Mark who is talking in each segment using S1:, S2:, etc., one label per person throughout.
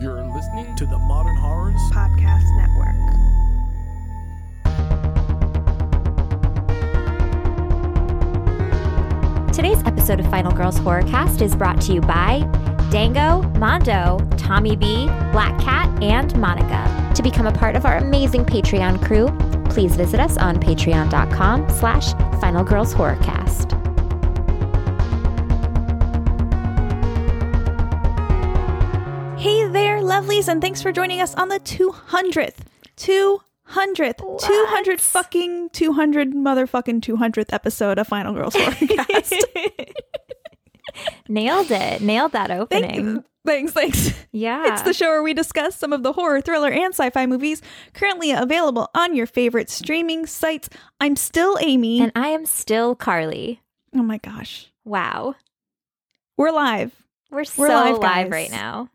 S1: You're listening
S2: to the Modern Horrors.
S3: Podcast Network.
S4: Today's episode of Final Girls Horrorcast is brought to you by Dango, Mondo, Tommy B, Black Cat, and Monica. To become a part of our amazing Patreon crew, please visit us on patreon.com slash Final Girls Horrorcast.
S3: Hey there, lovelies, and thanks for joining us on the 200th, 200th, 200 fucking 200 motherfucking 200th episode of Final Girls Forecast.
S4: Nailed it. Nailed that opening.
S3: Thank- thanks, thanks.
S4: Yeah.
S3: It's the show where we discuss some of the horror, thriller, and sci fi movies currently available on your favorite streaming sites. I'm still Amy.
S4: and I am still Carly.
S3: oh my gosh.
S4: Wow.
S3: We're live.
S4: We're, so
S3: live,
S4: live,
S3: guys.
S4: right now.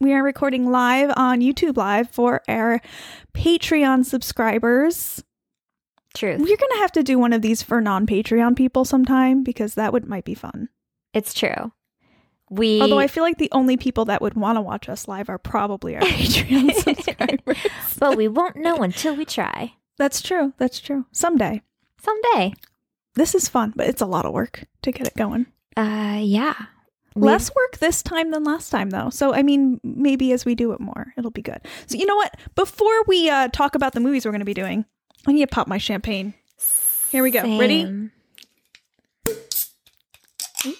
S3: We are recording live on YouTube Live for our Patreon subscribers.
S4: Truth.
S3: We're gonna have to do one of these for non-Patreon people sometime because that would might be fun.
S4: It's true. We
S3: Although I feel like the only people that would want to watch us live are probably our Patreon subscribers.
S4: but we won't know until we try.
S3: That's true. That's true. Someday.
S4: Someday.
S3: This is fun, but it's a lot of work to get it going.
S4: Uh yeah.
S3: Less work this time than last time, though. So, I mean, maybe as we do it more, it'll be good. So, you know what? Before we uh, talk about the movies we're going to be doing, I need to pop my champagne. Here we go. Ready?
S4: Same.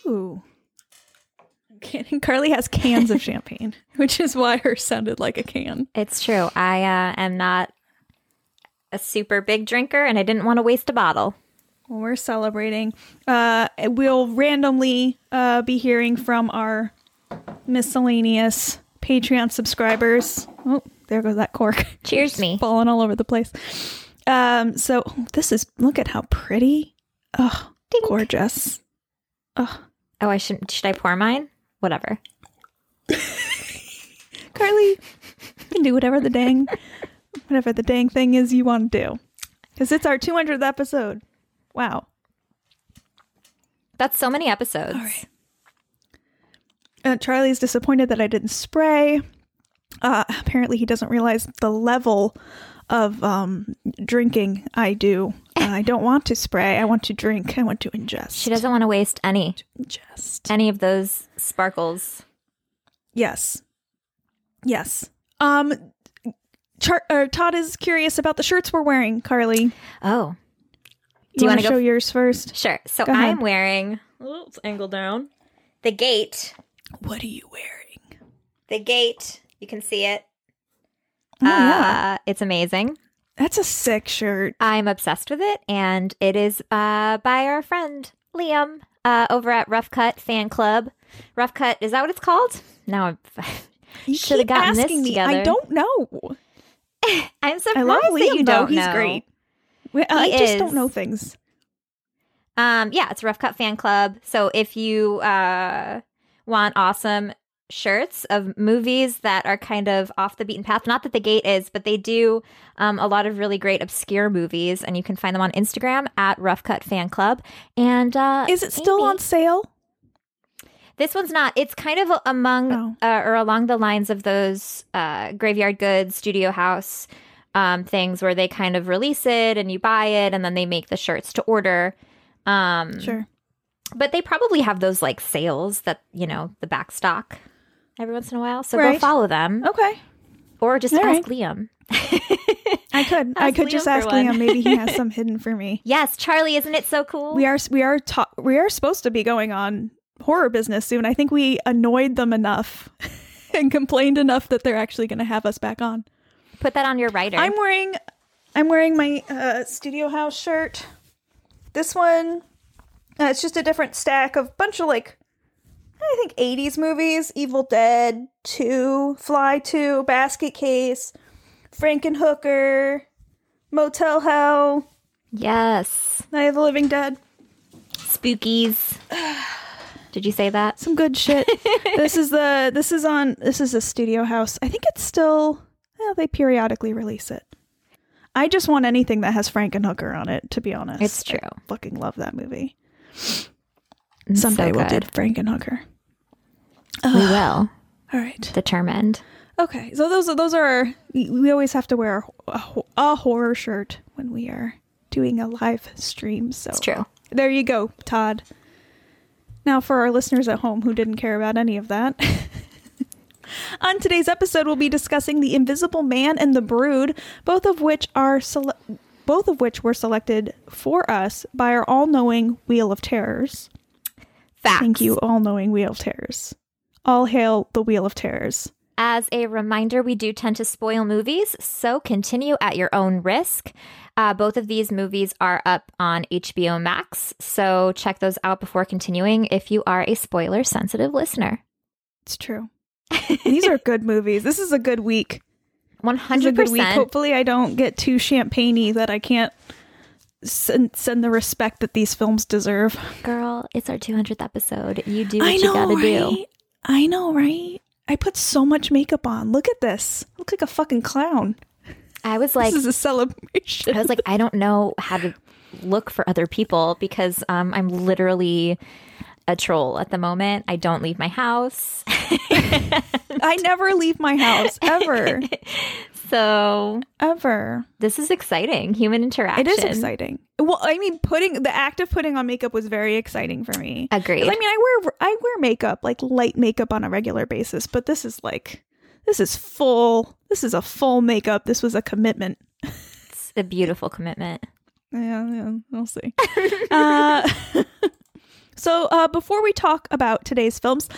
S3: Ooh. Okay, and Carly has cans of champagne, which is why her sounded like a can.
S4: It's true. I uh, am not a super big drinker and I didn't want to waste a bottle.
S3: Well, we're celebrating. Uh, we'll randomly uh, be hearing from our miscellaneous Patreon subscribers. Oh, there goes that cork.
S4: Cheers me.
S3: falling all over the place. Um, so oh, this is look at how pretty. Oh,
S4: Dink.
S3: gorgeous. Oh,
S4: Oh, I should should I pour mine? Whatever.
S3: Carly, you can do whatever the dang, whatever the dang thing is you want to do, because it's our 200th episode. Wow.
S4: That's so many episodes.
S3: Uh, Charlie's disappointed that I didn't spray. Uh, apparently, he doesn't realize the level of um, drinking I do. Uh, I don't want to spray. I want to drink. I want to ingest.
S4: She doesn't want to waste any
S3: ingest.
S4: any of those sparkles.
S3: Yes. Yes. Um Char- uh, Todd is curious about the shirts we're wearing, Carly.
S4: Oh, Do
S3: Do you
S4: you
S3: want
S4: wanna
S3: to
S4: go
S3: show
S4: f-
S3: yours first?
S4: sure. So
S3: Go ahead.
S4: I'm wearing oh, it's angle down. The gate.
S3: What are you wearing?
S4: The gate. You can see it.
S3: Oh, yeah.
S4: Uh, it's amazing.
S3: That's a sick shirt.
S4: I'm obsessed with it, and it is uh, by our friend Liam uh, over at Rough Cut Fan Club. Rough Cut is that what it's called? Now I'm,
S3: You
S4: Shoulda
S3: keep
S4: gotten this
S3: asking me. I
S4: together.
S3: don't know.
S4: I'm surprised
S3: I love
S4: that
S3: Liam,
S4: you
S3: though.
S4: don't.
S3: He's
S4: know.
S3: great. We- I
S4: He
S3: just don't
S4: is.
S3: know things.
S4: Um, yeah, it's Rough Cut Fan Club. So if you uh, want awesome shirts of movies that are kind of off the beaten path, not that the gate is, but they do um, a lot of really great obscure movies, and you can find them on Instagram at Rough Cut Fan Club. And uh,
S3: Is it still
S4: Amy-
S3: on sale?
S4: This one's not. It's kind of among
S3: Oh.
S4: uh, or along the lines of those uh, graveyard goods, studio house um, things where they kind of release it and you buy it and then they make the shirts to order. Um,
S3: Sure.
S4: But they probably have those like sales that, you know, the back stock every once in a while. So go
S3: Right.
S4: follow them
S3: Okay.
S4: or just
S3: All
S4: ask Liam.
S3: I could. I
S4: Ask
S3: could just
S4: Liam for
S3: ask
S4: one.
S3: Liam. Maybe he has some hidden for me.
S4: yes, Charlie, isn't it so cool?
S3: we are we are ta- we are supposed to be going on horror business soon. I think we annoyed them enough and complained enough that they're actually going to have us back on.
S4: Put that on your writer.
S3: I'm wearing I'm wearing my uh, studio house shirt. This one uh, it's just a different stack of bunch of like I think 80s movies, Evil Dead 2, Fly 2, Basket Case, Frankenhooker, Motel Hell,
S4: yes.
S3: Night of the Living Dead.
S4: Spookies. Did you say that?
S3: some good shit. this is the this is on this is a studio house. I think it's still well, they periodically release it. I just want anything that has Frankenhooker on it, to be honest.
S4: It's true.
S3: I fucking love that movie.
S4: It's so
S3: Someday we'll do
S4: good.
S3: Frankenhooker.
S4: We will.
S3: All All right.
S4: determined.
S3: Okay. So those are those are our, we always have to wear a, ho- a horror shirt when we are doing a live stream. So
S4: It's true.
S3: There you go, Todd. Now, for our listeners at home who didn't care about any of that, on today's episode, we'll be discussing The Invisible Man and The Brood, both of which are sele- both of which were selected for us by our all-knowing Wheel of Terrors.
S4: Facts.
S3: Thank you, all-knowing Wheel of Terrors. All hail the Wheel of Terrors.
S4: As a reminder, we do tend to spoil movies, so continue at your own risk. Uh, both of these movies are up on HBO Max, so check those out before continuing if you are a spoiler sensitive listener.
S3: It's true. These are good movies. This is a good week. This is a good week.
S4: 100%.
S3: Hopefully, I don't get too champagne that I can't send, send the respect that these films deserve.
S4: Girl, it's our 200th episode. You do what you gotta do.
S3: right? I know, right? I put so much makeup on. Look at this. I look like a fucking clown.
S4: I was like,
S3: this is a celebration.
S4: I was like, I don't know how to look for other people because um, I'm literally a troll at the moment. I don't leave my house.
S3: I never leave my house ever,
S4: So
S3: ever.
S4: this is exciting. Human
S3: It
S4: interaction.
S3: is exciting. Well, I mean, putting the act of putting on makeup was very exciting for me.
S4: Agreed.
S3: I mean, I wear I wear makeup like light makeup on a regular basis, but this is like this is full. This is a full makeup. This was a commitment.
S4: It's a beautiful commitment.
S3: Yeah, yeah we'll see. uh, so uh, before we talk about today's films,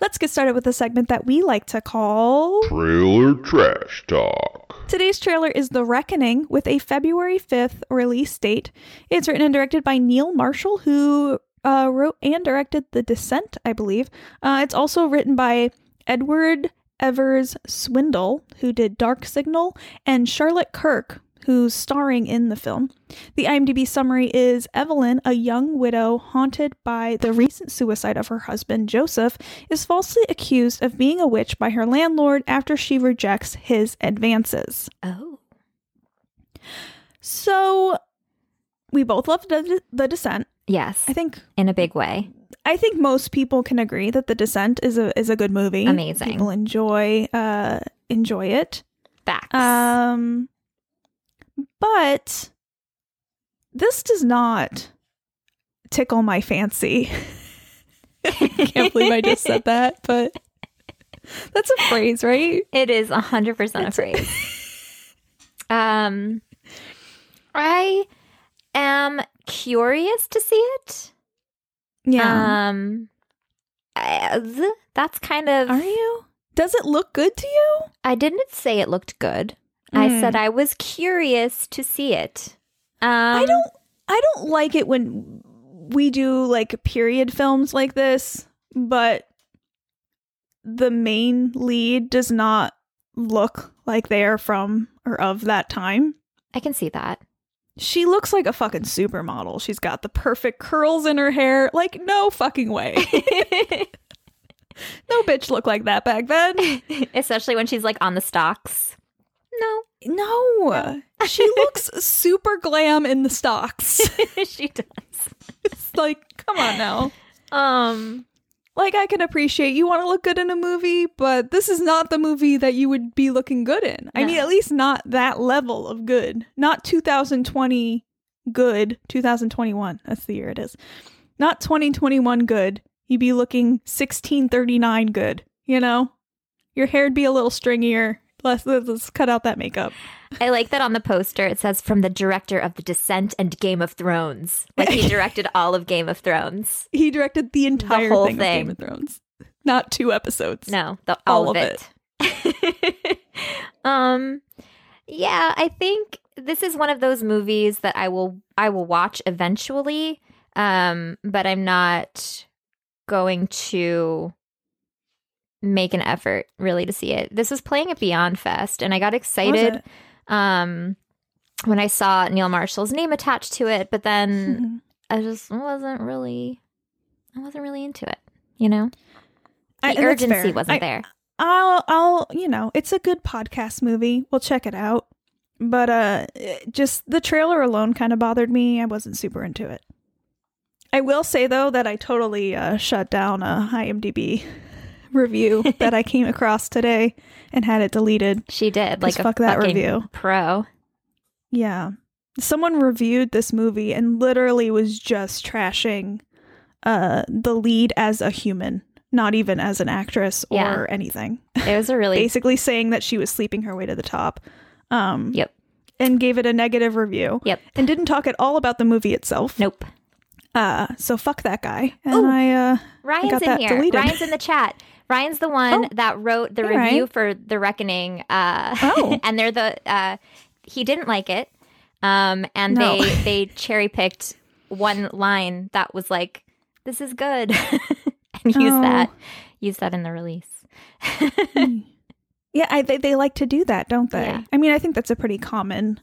S3: let's get started with a segment that we like to call
S1: Trailer Trash Talk.
S3: Today's trailer is The Reckoning with a February 5th release date. It's written and directed by Neil Marshall, who uh, wrote and directed The Descent, I believe. Uh, it's also written by Edward Evers Swindle, who did Dark Signal, and Charlotte Kirk, who's starring in the film. The IMDb summary is Evelyn, a young widow haunted by the recent suicide of her husband, Joseph, is falsely accused of being a witch by her landlord after she rejects his advances.
S4: Oh.
S3: So we both loved the, the Descent.
S4: Yes.
S3: I think
S4: In a big way.
S3: I think most people can agree that The Descent is a is a good movie.
S4: Amazing.
S3: People enjoy uh enjoy it.
S4: Facts.
S3: Um, but this does not tickle my fancy. Can't believe I just said that, but that's a phrase, right?
S4: It is 100% a phrase. um, I am curious to see it. Um, I- th- that's kind of.
S3: Are you? Does it look good to you?
S4: I didn't say it looked good. I
S3: Mm.
S4: said I was curious to see it. Um,
S3: I don't. I don't like it when we do like period films like this, but the main lead does not look like they are from or of that time.
S4: I can see that.
S3: She looks like a fucking supermodel. She's got the perfect curls in her hair. Like, no fucking way. no bitch looked like that back then.
S4: Especially when she's like on the stocks. No,
S3: No. She looks super glam in the stocks.
S4: she does.
S3: It's like, come on now.
S4: Um,
S3: Like, I can appreciate you want to look good in a movie, but this is not the movie that you would be looking good in. I
S4: No.
S3: mean, at least not that level of good. Not 2020 good, 2021. That's the year it is. Not 2021 good. You'd be looking 1639 good, you know? Your hair'd be a little stringier. Let's, let's let's cut out that makeup.
S4: I like that on the poster it says from the director of The Descent and Game of Thrones. Like he directed all of Game of Thrones.
S3: He directed the entire
S4: whole
S3: thing,
S4: thing.
S3: of Game of Thrones. Not two episodes.
S4: No, the,
S3: All
S4: all,
S3: of
S4: of it. um, yeah, I think this is one of those movies that I will I will watch eventually. Um, but I'm not going to make an effort really to see it. This was playing at Beyond Fest, and I got
S3: Was
S4: excited.
S3: it?
S4: um when I saw Neil Marshall's name attached to it, but then
S3: Mhm.
S4: I just wasn't really I wasn't really into it, you know? The
S3: I- and that's
S4: urgency
S3: fair.
S4: wasn't
S3: I-
S4: there.
S3: I'll I'll you know, it's a good podcast movie. We'll check it out. But uh it- just the trailer alone kind of bothered me. I wasn't super into it. I will say though that I totally uh, shut down a IMDb review that I came across today and had it deleted.
S4: She did. Like
S3: Just
S4: a
S3: fuck that
S4: fucking
S3: review.
S4: Pro.
S3: Yeah. Someone reviewed this movie and literally was just trashing uh the lead as a human, not even as an actress or
S4: Yeah.
S3: anything.
S4: It was a really
S3: Basically saying that she was sleeping her way to the top. Um
S4: Yep.
S3: and gave it a negative review.
S4: Yep.
S3: And didn't talk at all about the movie itself.
S4: Nope. Oh.
S3: Uh so fuck that guy. And
S4: Ooh.
S3: I uh
S4: Ryan's
S3: got
S4: in
S3: that
S4: here.
S3: deleted.
S4: Ryan's in the chat. Ryan's the one
S3: Oh.
S4: that wrote the
S3: Hey,
S4: review
S3: Ryan.
S4: for The Reckoning. Uh,
S3: Oh.
S4: and they're the uh, he didn't like it, um, and
S3: No.
S4: they they cherry picked one line that was like, "This is good," and use
S3: Oh.
S4: that use that in the release.
S3: Yeah, I, they they like to do that, don't they?
S4: Yeah.
S3: I mean, I think that's a pretty common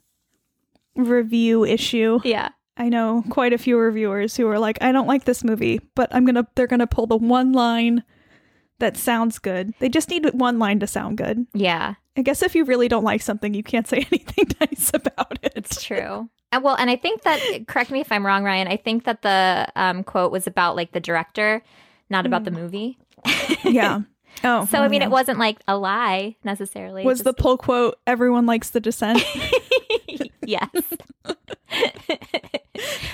S3: review issue.
S4: Yeah,
S3: I know quite a few reviewers who are like, "I don't like this movie, but I'm gonna they're gonna pull the one line that sounds good. They just need one line to sound good.
S4: yeah,
S3: I guess if you really don't like something, you can't say anything nice about it.
S4: it's true. And well, and I think that correct me if I'm wrong, Ryan. I think that the um, quote was about like the director, not about the movie.
S3: yeah. Mm. Oh,
S4: So I mean,
S3: yeah.
S4: it wasn't like a lie necessarily.
S3: was
S4: Just-
S3: the pull quote. Everyone likes the descent.
S4: yes.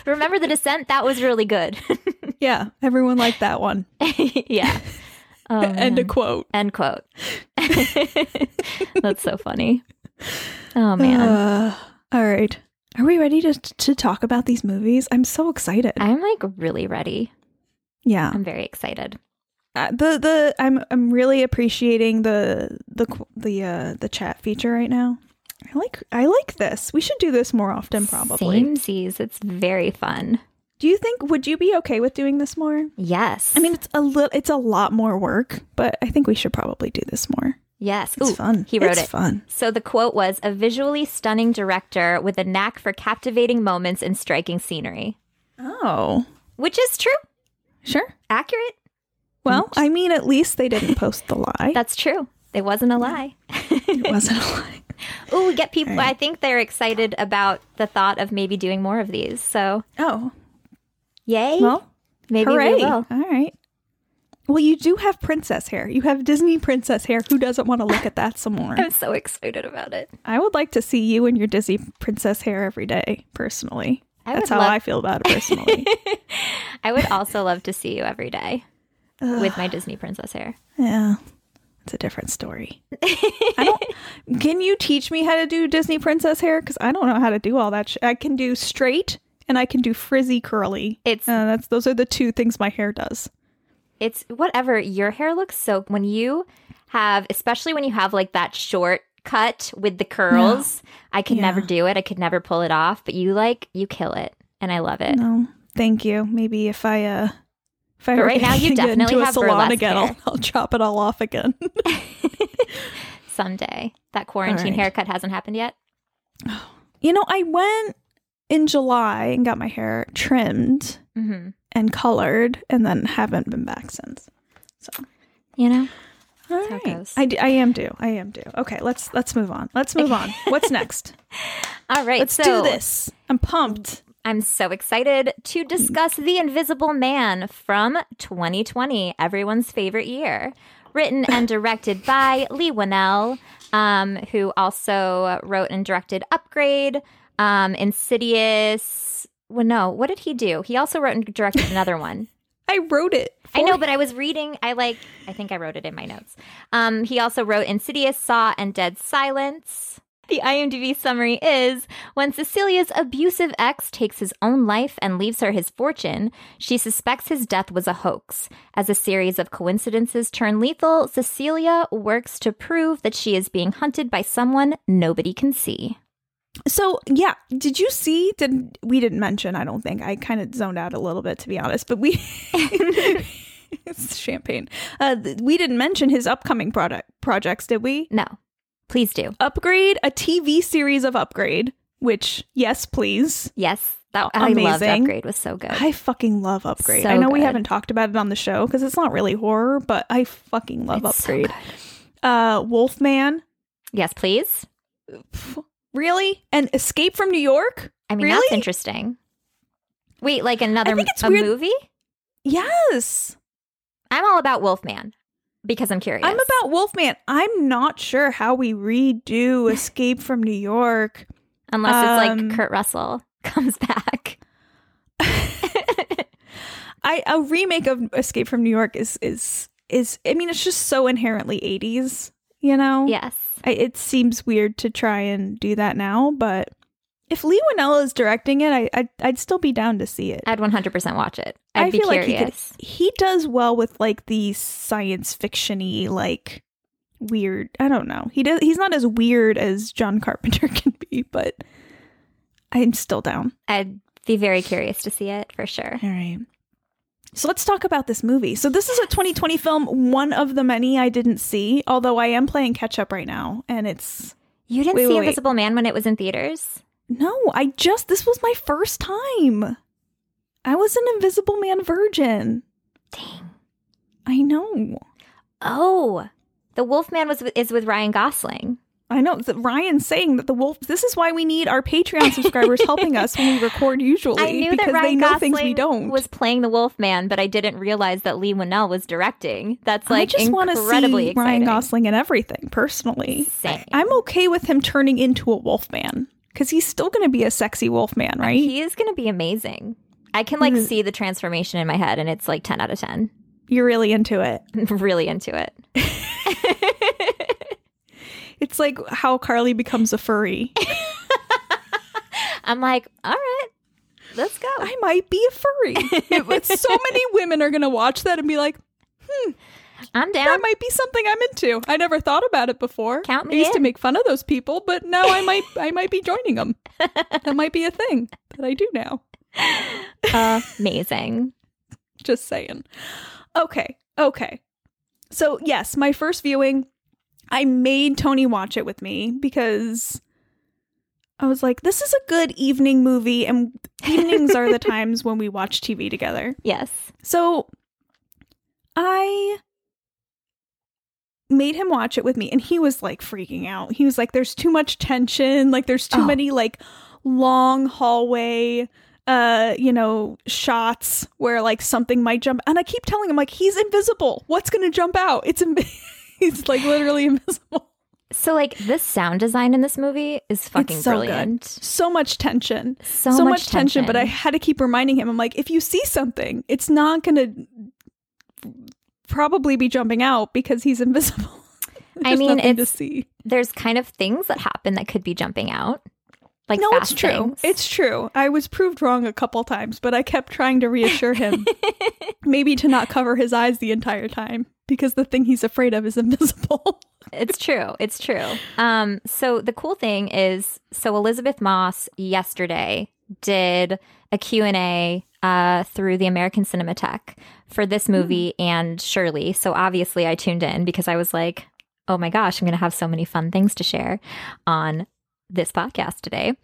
S4: Remember the descent? That was really good.
S3: yeah, everyone liked that one.
S4: yeah. Oh,
S3: End
S4: man.
S3: a quote.
S4: End quote. That's so funny. Oh man.
S3: Uh, all right. Are we ready to to talk about these movies? I'm so excited.
S4: I'm like really ready.
S3: yeah.
S4: I'm very excited.
S3: Uh, the the I'm I'm really appreciating the the qu- the uh the chat feature right now. I like I like this. We should do this more often probably.
S4: Samesies. It's very fun.
S3: Do you think would you be okay with doing this more?
S4: Yes.
S3: I mean, it's a little it's a lot more work, but I think we should probably do this more.
S4: yes.
S3: It's
S4: Ooh,
S3: fun.
S4: He wrote
S3: it's
S4: it.
S3: fun.
S4: So the quote was a visually stunning director with a knack for captivating moments and striking scenery,
S3: Oh.
S4: which is true,
S3: Sure.
S4: accurate.
S3: Well, I mean, at least they didn't post the lie.
S4: That's true. It wasn't a lie.
S3: it wasn't a lie.
S4: Oh, we get people.
S3: Right.
S4: I think they're excited about the thought of maybe doing more of these. So,
S3: Oh.
S4: yay!
S3: Well,
S4: maybe
S3: Hooray.
S4: we will.
S3: All right. Well, you do have princess hair. You have Disney princess hair. Who doesn't want to look at that some more?
S4: I'm so excited about it.
S3: I would like to see you in your Disney princess hair every day, personally.
S4: I
S3: That's
S4: would
S3: how
S4: love-
S3: I feel about it personally.
S4: I would also love to see you every day with my Disney princess hair.
S3: yeah. It's a different story. I don't Can you teach me how to do Disney princess hair cuz I don't know how to do all that sh- I can do straight and I can do frizzy curly.
S4: It's
S3: Uh, that's those are the two things my hair does.
S4: it's whatever your hair looks so when you have, especially when you have like that short cut with the curls. I could never do it. I could never pull it off. But you like you kill it, and I love it.
S3: No. Thank you. Maybe if I uh if I
S4: But
S3: were
S4: right now you
S3: to get
S4: definitely
S3: into
S4: have
S3: a salon
S4: burlesque
S3: again, I'll,
S4: hair.
S3: I'll chop it all off again.
S4: Someday that quarantine
S3: right.
S4: haircut hasn't happened yet.
S3: you know, I went in July and got my hair trimmed
S4: hmm
S3: and colored and then haven't been back since.
S4: You know.
S3: All
S4: how it
S3: right.
S4: goes.
S3: I, d- I am due. I am due. Okay, let's let's move on. Let's move on. What's next?
S4: All right,
S3: Let's
S4: so-
S3: do this. I'm pumped.
S4: I'm so excited to discuss The Invisible Man from 2020, everyone's favorite year. Written and directed by Lee Winnell, um, who also wrote and directed Upgrade, um, Insidious. Well, no, what did he do? He also wrote and directed another one.
S3: I wrote it.
S4: I know, but I was reading. I like. I think I wrote it in my notes. Um, he also wrote Insidious, Saw, and Dead Silence. The IMDb summary is: When Cecilia's abusive ex takes his own life and leaves her his fortune, she suspects his death was a hoax. As a series of coincidences turn lethal, Cecilia works to prove that she is being hunted by someone nobody can see.
S3: So yeah, did you see? Did we didn't mention? I don't think I kind of zoned out a little bit to be honest. But we, it's champagne. Uh, th- we didn't mention his upcoming product projects, did we?
S4: No, please do.
S3: Upgrade, a TV series of Upgrade. Which yes, please.
S4: Yes, that I loved.
S3: Amazing.
S4: Upgrade was so good.
S3: I fucking love Upgrade.
S4: So
S3: I know we
S4: good.
S3: haven't talked about it on the show because it's not really horror, but I fucking love
S4: It's so
S3: Upgrade.
S4: good.
S3: uh, Wolfman,
S4: Yes, please.
S3: really, and Escape from New York.
S4: I mean,
S3: Really?
S4: that's interesting. Wait, like another
S3: think it's
S4: a
S3: weird-
S4: movie?
S3: Yes,
S4: I'm all about Wolfman. because I'm curious.
S3: I'm about Wolfman. I'm not sure how we redo Escape from New York.
S4: Unless it's
S3: um,
S4: like Kurt Russell comes back.
S3: I a remake of Escape from New York is is is I mean it's just so inherently 80s, you know.
S4: yes.
S3: I, it seems weird to try and do that now, but if Lee Winnell is directing it, I, I'd, I'd still be down to see it.
S4: I'd 100% watch it. I'd
S3: I
S4: be
S3: feel like he could-
S4: curious.
S3: He does well with like the science fictiony, like weird. I don't know. He does. He's not as weird as John Carpenter can be, but I'm still down.
S4: I'd be very curious to see it for sure.
S3: All right. So let's talk about this movie. So this is a 2020 film, one of the many I didn't see, although I am playing catch up right now, and it's
S4: You didn't
S3: Wait,
S4: see
S3: wait, wait.
S4: Invisible Man when it was in theaters?
S3: No, I just this was my first time. I was an invisible man virgin.
S4: Dang.
S3: I know.
S4: Oh. The Wolfman was with- is with Ryan Gosling.
S3: I know that Ryan's saying that the wolf this is why we need our Patreon subscribers helping us when we record usually
S4: I knew
S3: because
S4: that Ryan
S3: they know
S4: Gosling
S3: things we don't.
S4: was playing the Wolfman, but I didn't realize that Lee Winnell was directing. That's like
S3: I just want to
S4: incredibly
S3: see
S4: exciting.
S3: Ryan Gosling and everything personally.
S4: Same.
S3: I'm okay with him turning into a wolf man cuz he's still going to be a sexy wolf man, right?
S4: He is going to be amazing. I can like
S3: Mhm.
S4: see the transformation in my head, and it's like ten out of ten.
S3: You're really into it.
S4: I'm really into it.
S3: It's like how Carly becomes a furry.
S4: I'm like, all right, let's go.
S3: I might be a furry. It- but so many women are going to watch that and be like,
S4: I'm
S3: that
S4: down.
S3: might be something I'm into. I never thought about it before.
S4: Count
S3: I
S4: me
S3: used to
S4: in.
S3: make fun of those people, but now I might I might be joining them. That might be a thing that I do now.
S4: Amazing.
S3: Just saying. Okay. Okay. So, yes, my first viewing, I made Tony watch it with me because I was like, this is a good evening movie and evenings are the times when we watch TV together.
S4: Yes.
S3: So I made him watch it with me and he was like freaking out. He was like there's too much tension, like there's too
S4: Oh.
S3: many like long hallway uh you know shots where like something might jump and I keep telling him like he's invisible. What's going to jump out? It's inv- he's like literally invisible.
S4: So like this sound design in this movie is fucking
S3: so good.
S4: brilliant.
S3: So much tension.
S4: So,
S3: so much tension, but I had to keep reminding him. I'm like, if you see something, it's not going to probably be jumping out because he's invisible.
S4: I
S3: There's
S4: mean,
S3: nothing to
S4: it's-
S3: see.
S4: there's kind of things that happen that could be jumping out. Like
S3: no, it's
S4: fast
S3: true.
S4: things.
S3: It's true. I was proved wrong a couple times, but I kept trying to reassure him, maybe to not cover his eyes the entire time because the thing he's afraid of is invisible.
S4: It's true. It's true. Um, so the cool thing is, so Elizabeth Moss yesterday did a Q&A uh, through the American Cinematheque for this movie and Shirley. So obviously I tuned in because I was like, oh my gosh, I'm going to have so many fun things to share on this podcast today.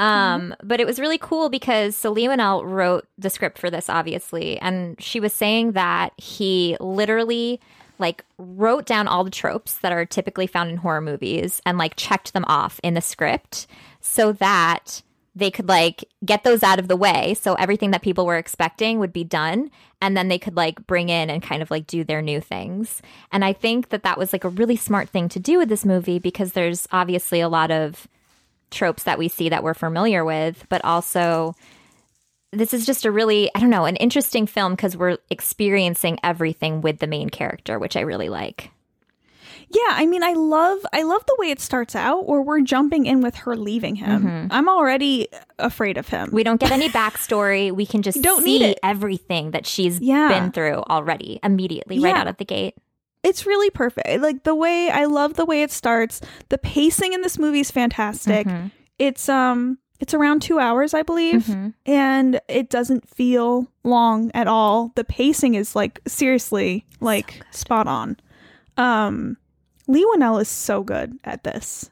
S4: Um, But it was really cool because so Lee Winnell wrote the script for this, obviously, and she was saying that he literally like wrote down all the tropes that are typically found in horror movies and like checked them off in the script so that they could like get those out of the way so everything that people were expecting would be done and then they could like bring in and kind of like do their new things and i think that that was like a really smart thing to do with this movie because there's obviously a lot of tropes that we see that we're familiar with, but also this is just a really, I don't know, an interesting film because we're experiencing everything with the main character, which I really like.
S3: Yeah, I mean, I love I love the way it starts out where we're jumping in with her leaving him.
S4: Mm-hmm.
S3: I'm already afraid of him.
S4: We don't get any backstory. We can just
S3: Don't
S4: see
S3: need it.
S4: everything that she's
S3: Yeah.
S4: been through already immediately, right
S3: Yeah.
S4: out of the gate.
S3: it's really perfect. Like the way I love the way it starts. The pacing in this movie is fantastic.
S4: Mhm.
S3: It's um it's around 2 hours I believe
S4: Mhm.
S3: and it doesn't feel long at all. The pacing is like seriously like spot on. Um Lee Winnell is so good at this.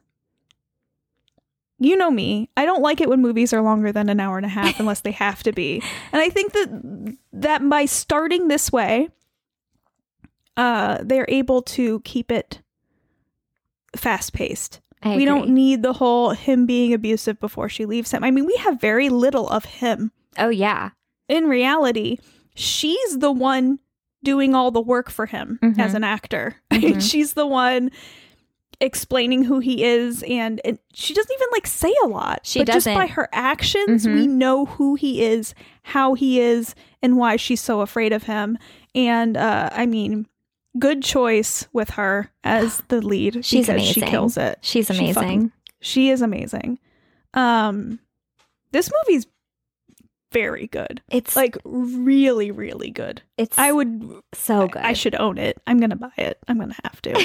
S3: You know me. I don't like it when movies are longer than an hour and a half unless they have to be. And I think that that by starting this way, uh, they're able to keep it fast paced.
S4: I
S3: We don't
S4: agree.
S3: need the whole him being abusive before she leaves him. I mean, we have very little of him.
S4: Oh, yeah.
S3: In reality, she's the one doing all the work for him
S4: Mhm.
S3: as an actor.
S4: Mhm.
S3: She's the one explaining who he is and, and she doesn't even like say a lot.
S4: She
S3: but just by
S4: doesn't.
S3: her actions,
S4: Mhm.
S3: we know who he is, how he is, and why she's so afraid of him. And uh I mean, good choice with her as the lead
S4: She's
S3: because she
S4: amazing.
S3: kills it.
S4: She's
S3: She
S4: amazing.
S3: fucking- She is amazing. Um this movie's very good.
S4: it's like
S3: Like really really good.
S4: it's
S3: I would
S4: so good.
S3: I should own it. I'm going to buy it. I'm going to have to.
S4: you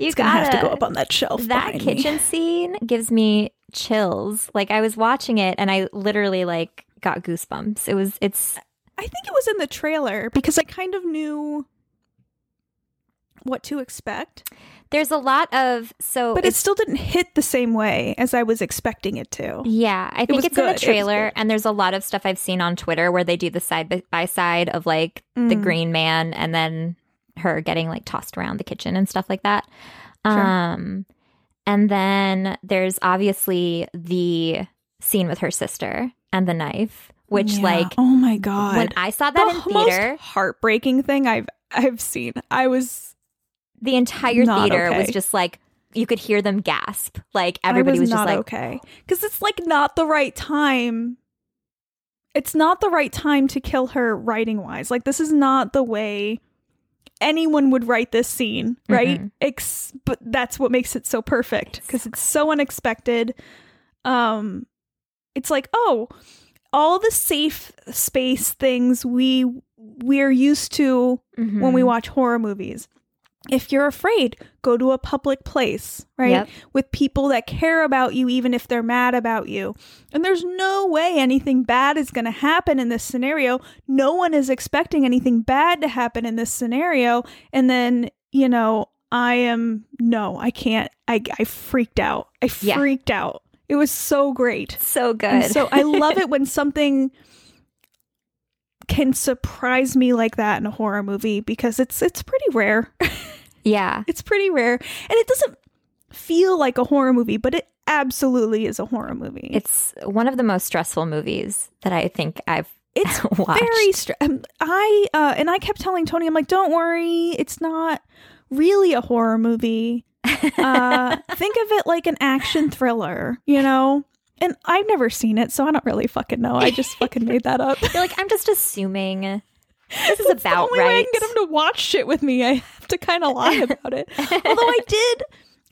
S3: it's going to
S4: gotta
S3: have to go up on that shelf.
S4: that
S3: behind me.
S4: kitchen scene gives me chills. Like I was watching it and I literally like got goosebumps. It was it's
S3: I think it was in the trailer because I kind of knew what to expect,
S4: there's a lot of so
S3: but it still didn't hit the same way as I was expecting it to.
S4: Yeah, I think
S3: was
S4: it's in
S3: good.
S4: the
S3: It was
S4: trailer,
S3: good.
S4: and there's a lot of stuff I've seen on Twitter where they do the side by- by side of like the
S3: Mm.
S4: green man and then her getting like tossed around the kitchen and stuff like that.
S3: Sure.
S4: Um, and then there's obviously the scene with her sister and the knife, which
S3: Yeah.
S4: like
S3: oh my god.
S4: when I saw that
S3: the
S4: in theater,
S3: most heartbreaking thing I've I've seen. I was
S4: the entire
S3: Not
S4: theater was
S3: okay.
S4: just like you could hear them gasp. Like
S3: I
S4: everybody was, just
S3: not
S4: like,
S3: okay because it's like not the right time. It's not the right time to kill her writing wise. Like this is not the way anyone would write this scene, right?
S4: Mm-hmm.
S3: Ex- but that's what makes it so perfect because it's so unexpected. Um, it's like oh, all the safe space things we we're used to when we
S4: "Mhm,
S3: watch horror movies. If you're afraid, go to a public place, right?
S4: Yep.
S3: With people that care about you, even if they're mad about you. And there's no way anything bad is going to happen in this scenario. No one is expecting anything bad to happen in this scenario. And then, you know, I am, no, I can't. I, I freaked out. I
S4: Yeah.
S3: freaked out. It was so great.
S4: so
S3: And
S4: good."
S3: so I love it when something can surprise me like that in a horror movie because it's it's pretty rare.
S4: yeah.
S3: It's pretty rare. And it doesn't feel like a horror movie, but it absolutely is a horror movie.
S4: It's one of the most stressful movies that I think I've
S3: It's
S4: watched.
S3: very str- um, I uh, and I kept telling Tony I'm like don't worry, it's not really a horror movie. Uh, think of it like an action thriller, you know? And I've never seen it, so I don't really fucking know. I just fucking made that up.
S4: You're like, I'm just assuming this is
S3: That's
S4: about
S3: the only way I
S4: right.
S3: can get him to watch shit with me. I have to kind of lie about it. Although I did,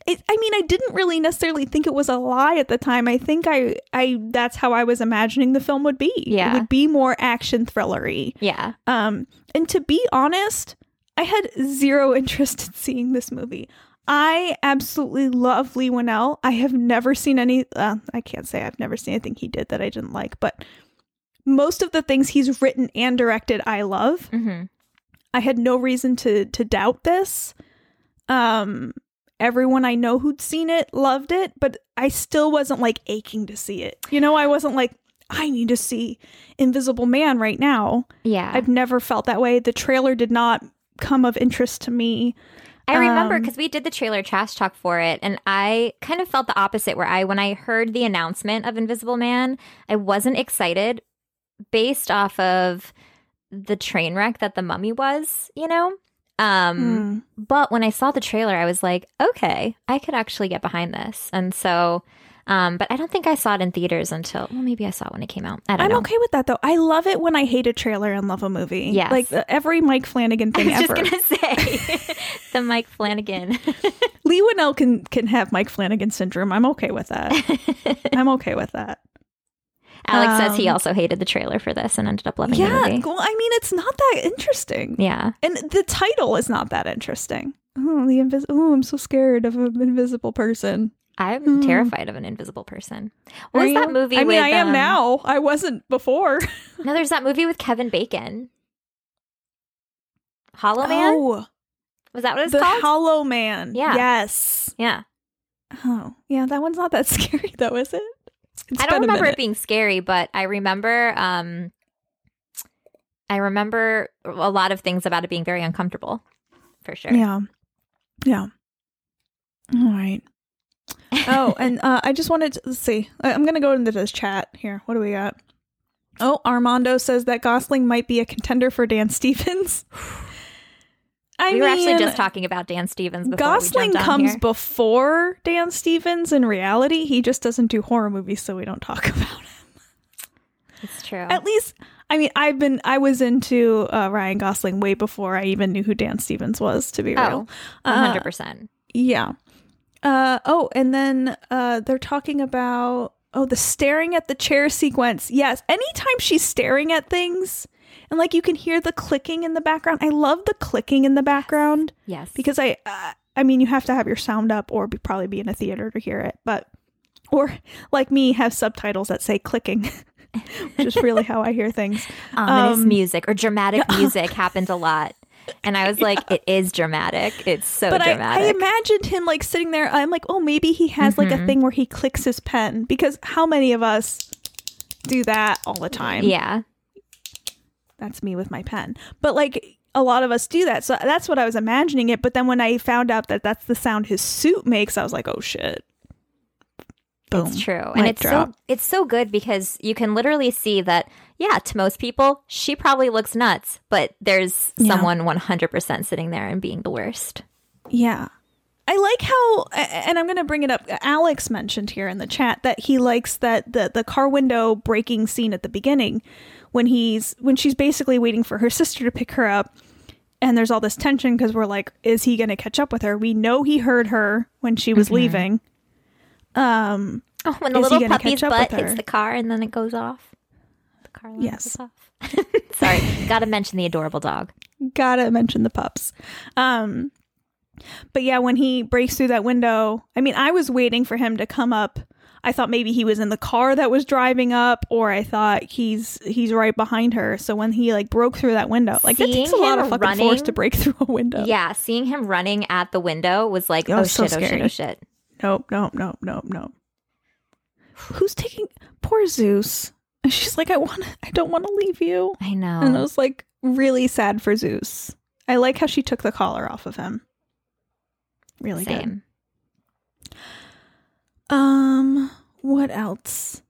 S3: it, I mean, I didn't really necessarily think it was a lie at the time. I think I, I that's how I was imagining the film would be.
S4: Yeah.
S3: it would be more action thrillery.
S4: yeah.
S3: Um, and to be honest, I had zero interest in seeing this movie. I absolutely love Lee Winnell. I have never seen any. Uh, I can't say I've never seen anything he did that I didn't like, but most of the things he's written and directed, I love.
S4: hmm
S3: I had no reason to to doubt this. Um everyone I know who'd seen it loved it, but I still wasn't like aching to see it. You know, I wasn't like I need to see Invisible Man right now.
S4: Yeah.
S3: I've never felt that way. The trailer did not come of interest to me.
S4: I remember
S3: Um,
S4: because we did the trailer trash talk for it, and I kind of felt the opposite. Where I, when I heard the announcement of Invisible Man, I wasn't excited based off of the train wreck that the mummy was, you know? Um,
S3: Mm.
S4: But when I saw the trailer, I was like, okay, I could actually get behind this. And so, um, but I don't think I saw it in theaters until, well, maybe I saw it when it came out. I don't
S3: I'm
S4: know.
S3: okay with that though. I love it when I hate a trailer and love a movie.
S4: Yes.
S3: Like the, every Mike Flanagan
S4: I
S3: thing
S4: was
S3: ever.
S4: just going to say the Mike Flanagan.
S3: Lee Winnell can can have Mike Flanagan syndrome. I'm okay with that. I'm okay with that.
S4: Alex says he
S3: Um,
S4: also hated the trailer for this and ended up loving the
S3: Yeah,
S4: movie.
S3: well, I mean, it's not that interesting,
S4: Yeah.
S3: and the title is not that interesting. Oh, the invisible! Oh, I'm so scared of an invisible person.
S4: I'm
S3: Hmm.
S4: terrified of an invisible person.
S3: Are
S4: What was that
S3: you?
S4: movie
S3: I mean,
S4: with,
S3: I am
S4: um,
S3: now. I wasn't before.
S4: No, there's that movie with Kevin Bacon. Hollow Man?
S3: Oh,
S4: was that what it's
S3: the
S4: called?
S3: Hollow Man.
S4: Yeah.
S3: Yes.
S4: yeah.
S3: Oh, yeah. That one's not that scary, though, is it? It's
S4: I don't
S3: been a
S4: remember it
S3: minute.
S4: being scary, but I remember um I remember a lot of things about it being very uncomfortable. For sure.
S3: Yeah. Yeah. All right. Oh, and uh, I just wanted to let's see. I- I'm gonna go into this chat here. What do we got? Oh, Armando says that Gosling might be a contender for Dan Stevens. I
S4: we were actually
S3: mean,
S4: just talking about Dan Stevens. Before we
S3: Gosling
S4: jumped on
S3: comes
S4: here.
S3: before Dan Stevens in reality. He just doesn't do horror movies, so we don't talk about him.
S4: It's true.
S3: At least, I mean, I've been I was into uh, Ryan Gosling way before I even knew who Dan Stevens was. To be real,
S4: Oh, one
S3: Uh,
S4: hundred percent.
S3: Yeah. Uh, oh, and then uh, they're talking about oh the staring at the chair sequence. Yes, anytime she's staring at things, and like you can hear the clicking in the background. I love the clicking in the background
S4: Yes,
S3: because I, uh, I mean, you have to have your sound up or be, probably be in a theater to hear it, but or like me have subtitles that say clicking, which is really how I hear things.
S4: ominous
S3: um,
S4: music or dramatic music happened a lot, and I was like, it is dramatic. It's so
S3: but I, I
S4: dramatic. Mm-hmm.
S3: imagined him like sitting there. I'm like, oh, maybe he has like a thing where he clicks his pen because how many of us do that all the time?
S4: yeah,
S3: that's me with my pen. But like a lot of us do that, so that's what I was imagining it. But then when I found out that that's the sound his suit makes, I was like, oh shit. Boom.
S4: it's true, and
S3: Mic
S4: it's
S3: drop.
S4: so it's so good because you can literally see that. Yeah, to most people, she probably looks nuts, but there's
S3: Yeah.
S4: someone one hundred percent sitting there and being the worst.
S3: Yeah. I like how, a- and I'm going to bring it up. Alex mentioned here in the chat that he likes that the the car window breaking scene at the beginning, when he's when she's basically waiting for her sister to pick her up, and there's all this tension because we're like, is he going to catch up with her? We know he heard her when she was leaving. Um,
S4: Oh, when the
S3: Is he
S4: little
S3: gonna
S4: puppy's
S3: catch up with
S4: butt hits
S3: her?
S4: the car and then it goes off. The car alarm
S3: Yes.
S4: goes off. Sorry, gotta mention the adorable dog.
S3: gotta mention the pups. Um, but yeah, when he breaks through that window, I mean, I was waiting for him to come up. I thought maybe he was in the car that was driving up, or I thought he's he's right behind her. So when he like broke through that window, like it takes a
S4: Seeing
S3: lot
S4: him
S3: of fucking force
S4: running-
S3: to break through a window.
S4: Yeah, seeing him running at the window was like,
S3: That
S4: oh
S3: was so
S4: shit, oh shit,
S3: scary.
S4: oh shit.
S3: Nope, nope, nope, nope, nope. Who's taking poor Zeus? And she's like, I want, to I don't want to leave you.
S4: I
S3: And I
S4: know.
S3: was like, really sad for Zeus. I like how she took the collar off of him. Really good.
S4: Same.
S3: Um, what else?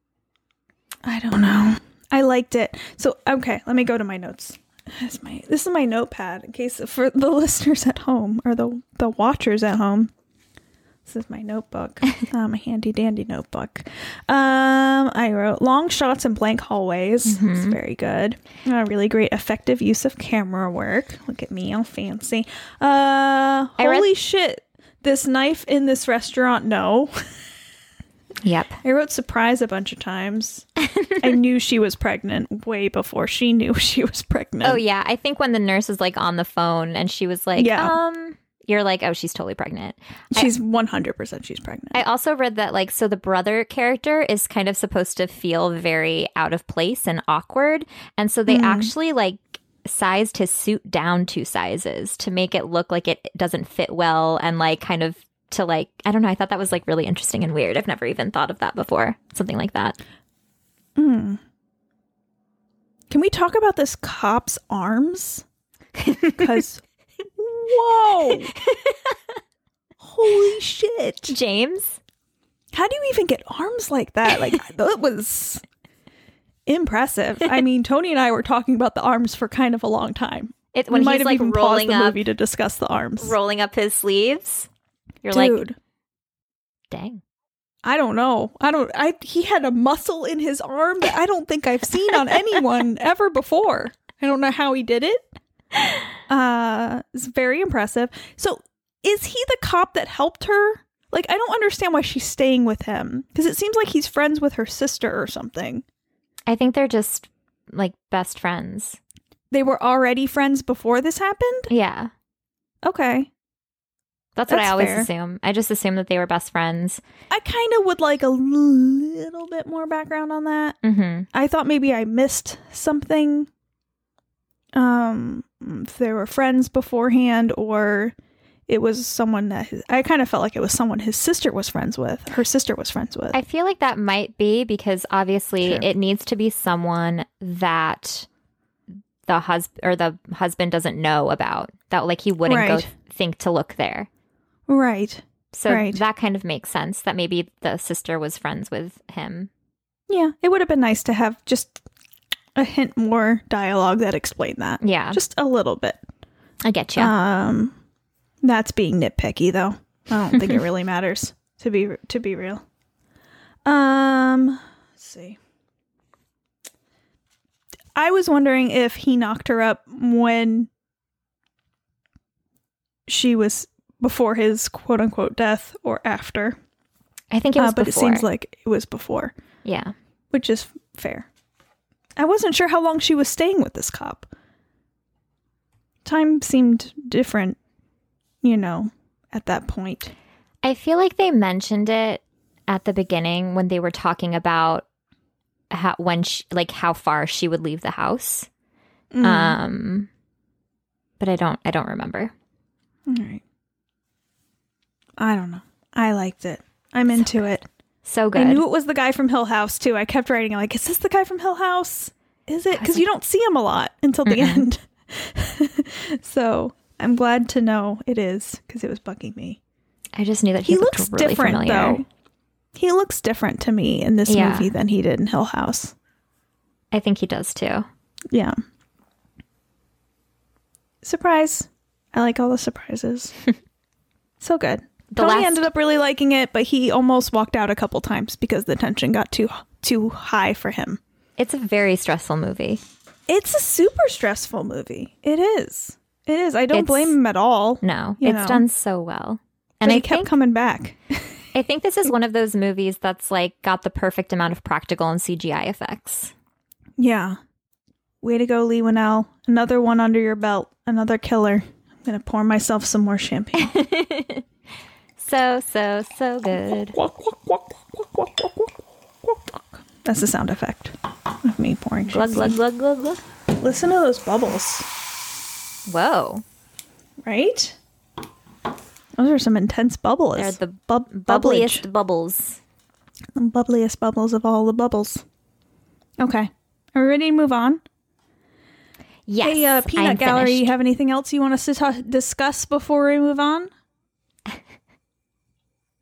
S3: I don't know. I liked it. So okay, let me go to my notes. This is my this is my notepad in case for the listeners at home or the the watchers at home. This is my notebook, um, a handy dandy notebook. Um, I wrote long shots and blank hallways. It's
S4: Mm-hmm.
S3: very good. Uh, really great, effective use of camera work. Look at me, all fancy. Uh,
S4: I read-
S3: holy shit! This knife in this restaurant. No.
S4: Yep.
S3: I wrote surprise a bunch of times. I knew she was pregnant way before she knew she was pregnant.
S4: Oh yeah, I think when the nurse was like on the phone and she was like,
S3: Yeah.
S4: um, you're like, oh, she's totally pregnant.
S3: She's 100% she's pregnant.
S4: I also read that like so the brother character is kind of supposed to feel very out of place and awkward, and so
S3: Hmm.
S4: they actually like sized his suit down two sizes to make it look like it doesn't fit well and like kind of to like I don't know, I thought that was like really interesting and weird. I've never even thought of that before. Something like that.
S3: Hmm. Can we talk about this cop's arms? Cuz whoa. Holy shit.
S4: James?
S3: How do you even get arms like that? Like that was impressive. I mean, Tony and I were talking about the arms for kind of a long time.
S4: It when
S3: we might
S4: he's
S3: have
S4: like
S3: even paused
S4: rolling
S3: the
S4: up
S3: movie to discuss the arms.
S4: rolling up his sleeves. You're like,
S3: Dude.
S4: dang.
S3: I don't know. I don't. I he had a muscle in his arm that I don't think I've seen on anyone ever before. I don't know how he did it. Uh, it's very impressive. So, is he the cop that helped her? Like, I don't understand why she's staying with him because it seems like he's friends with her sister or something.
S4: I think they're just like best friends.
S3: They were already friends before this happened.
S4: Yeah.
S3: Okay,
S4: That's what
S3: That's
S4: I always
S3: fair.
S4: assume. I just assume that they were best friends.
S3: I kind of would like a little bit more background on that.
S4: hmm
S3: I thought maybe I missed something. Um, if they were friends beforehand, or it was someone that his, I kind of felt like it was someone his sister was friends with. Her sister was friends with.
S4: I feel like that might be because obviously
S3: Sure.
S4: it needs to be someone that the husband or the husband doesn't know about that like he wouldn't go
S3: Right.
S4: think to look there.
S3: right.
S4: So
S3: Right.
S4: that kind of makes sense that maybe the sister was friends with him.
S3: Yeah, it would have been nice to have just a hint more dialogue that explained that.
S4: Yeah,
S3: Just a little bit.
S4: I get you.
S3: Um, that's being nitpicky though. I don't think it really matters to be to be real. Um, let's see. I was wondering if he knocked her up when she was before his quote unquote death or after.
S4: I think it was
S3: Uh, but
S4: before.
S3: it seems like it was before,
S4: yeah,
S3: which is fair. I wasn't sure how long she was staying with this cop. Time seemed different, you know, at that point.
S4: I feel like they mentioned it at the beginning when they were talking about how when she, like how far she would leave the house.
S3: Mm.
S4: Um, but I don't. I don't remember.
S3: All right. I don't know. I liked it. I'm into it.
S4: So good.
S3: I knew it was the guy from Hill House too. I kept writing like, is this the guy from Hill House? Is it? Because you don't see him a lot until the end. so I'm glad to know it is because it was bugging me.
S4: I just knew that he,
S3: he
S4: looked
S3: looks
S4: really
S3: different
S4: familiar.
S3: though. He looks different to me in this
S4: Yeah.
S3: movie than he did in Hill House.
S4: I think he does too.
S3: Yeah. Surprise. I like all the surprises. so good.
S4: The
S3: Tony
S4: last-
S3: ended up really liking it, but he almost walked out a couple times because the tension got too too high for him.
S4: It's a very stressful movie.
S3: It's a super stressful movie. It is. It is. I don't
S4: It's-
S3: blame him at all.
S4: No,
S3: You
S4: it's
S3: know.
S4: done so well. And
S3: but
S4: I
S3: he kept
S4: think
S3: coming back.
S4: I think this is one of those movies that's like got the perfect amount of practical and CGI effects.
S3: Yeah. Way to go, Lee Winnell. Another one under your belt. Another killer. I'm going to pour myself some more champagne.
S4: So so so good.
S3: That's the sound effect of me pouring
S4: Glug
S3: champagne.
S4: glug glug glug glug.
S3: Listen to those bubbles,
S4: Whoa,
S3: right? Those are some intense bubbles.
S4: they're the
S3: Bub-
S4: bubbliest bubbles.
S3: bubblage. The bubbliest bubbles of all the bubbles. Okay. Are we ready to move on?
S4: Yes,
S3: hey, uh, Peanut
S4: I'm
S3: Gallery, you
S4: finished.
S3: have anything else you want us to ta- discuss before we move on? I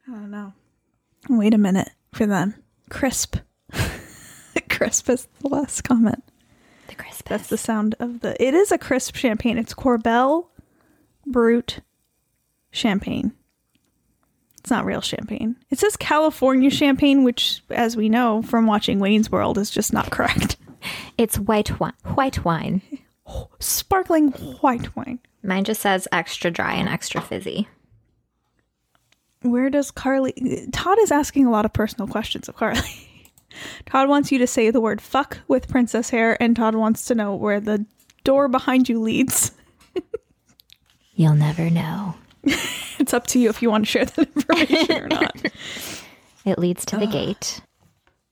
S4: Oh,
S3: don't know. Wait a minute for them. Crisp. crisp is the last comment.
S4: The crisp.
S3: That's the sound of the. It is a crisp champagne. It's Corbel Brut champagne. It's not real champagne. It says California champagne, which, as we know from watching Wayne's World, is just not correct.
S4: It's white wine. White wine.
S3: Sparkling white wine.
S4: Mine just says extra dry and extra fizzy.
S3: Where does Carly? Todd is asking a lot of personal questions of Carly. Todd wants you to say the word fuck with princess hair, and Todd wants to know where the door behind you leads.
S4: You'll never know.
S3: It's up to you if you want to share that information or not.
S4: It leads to the gate.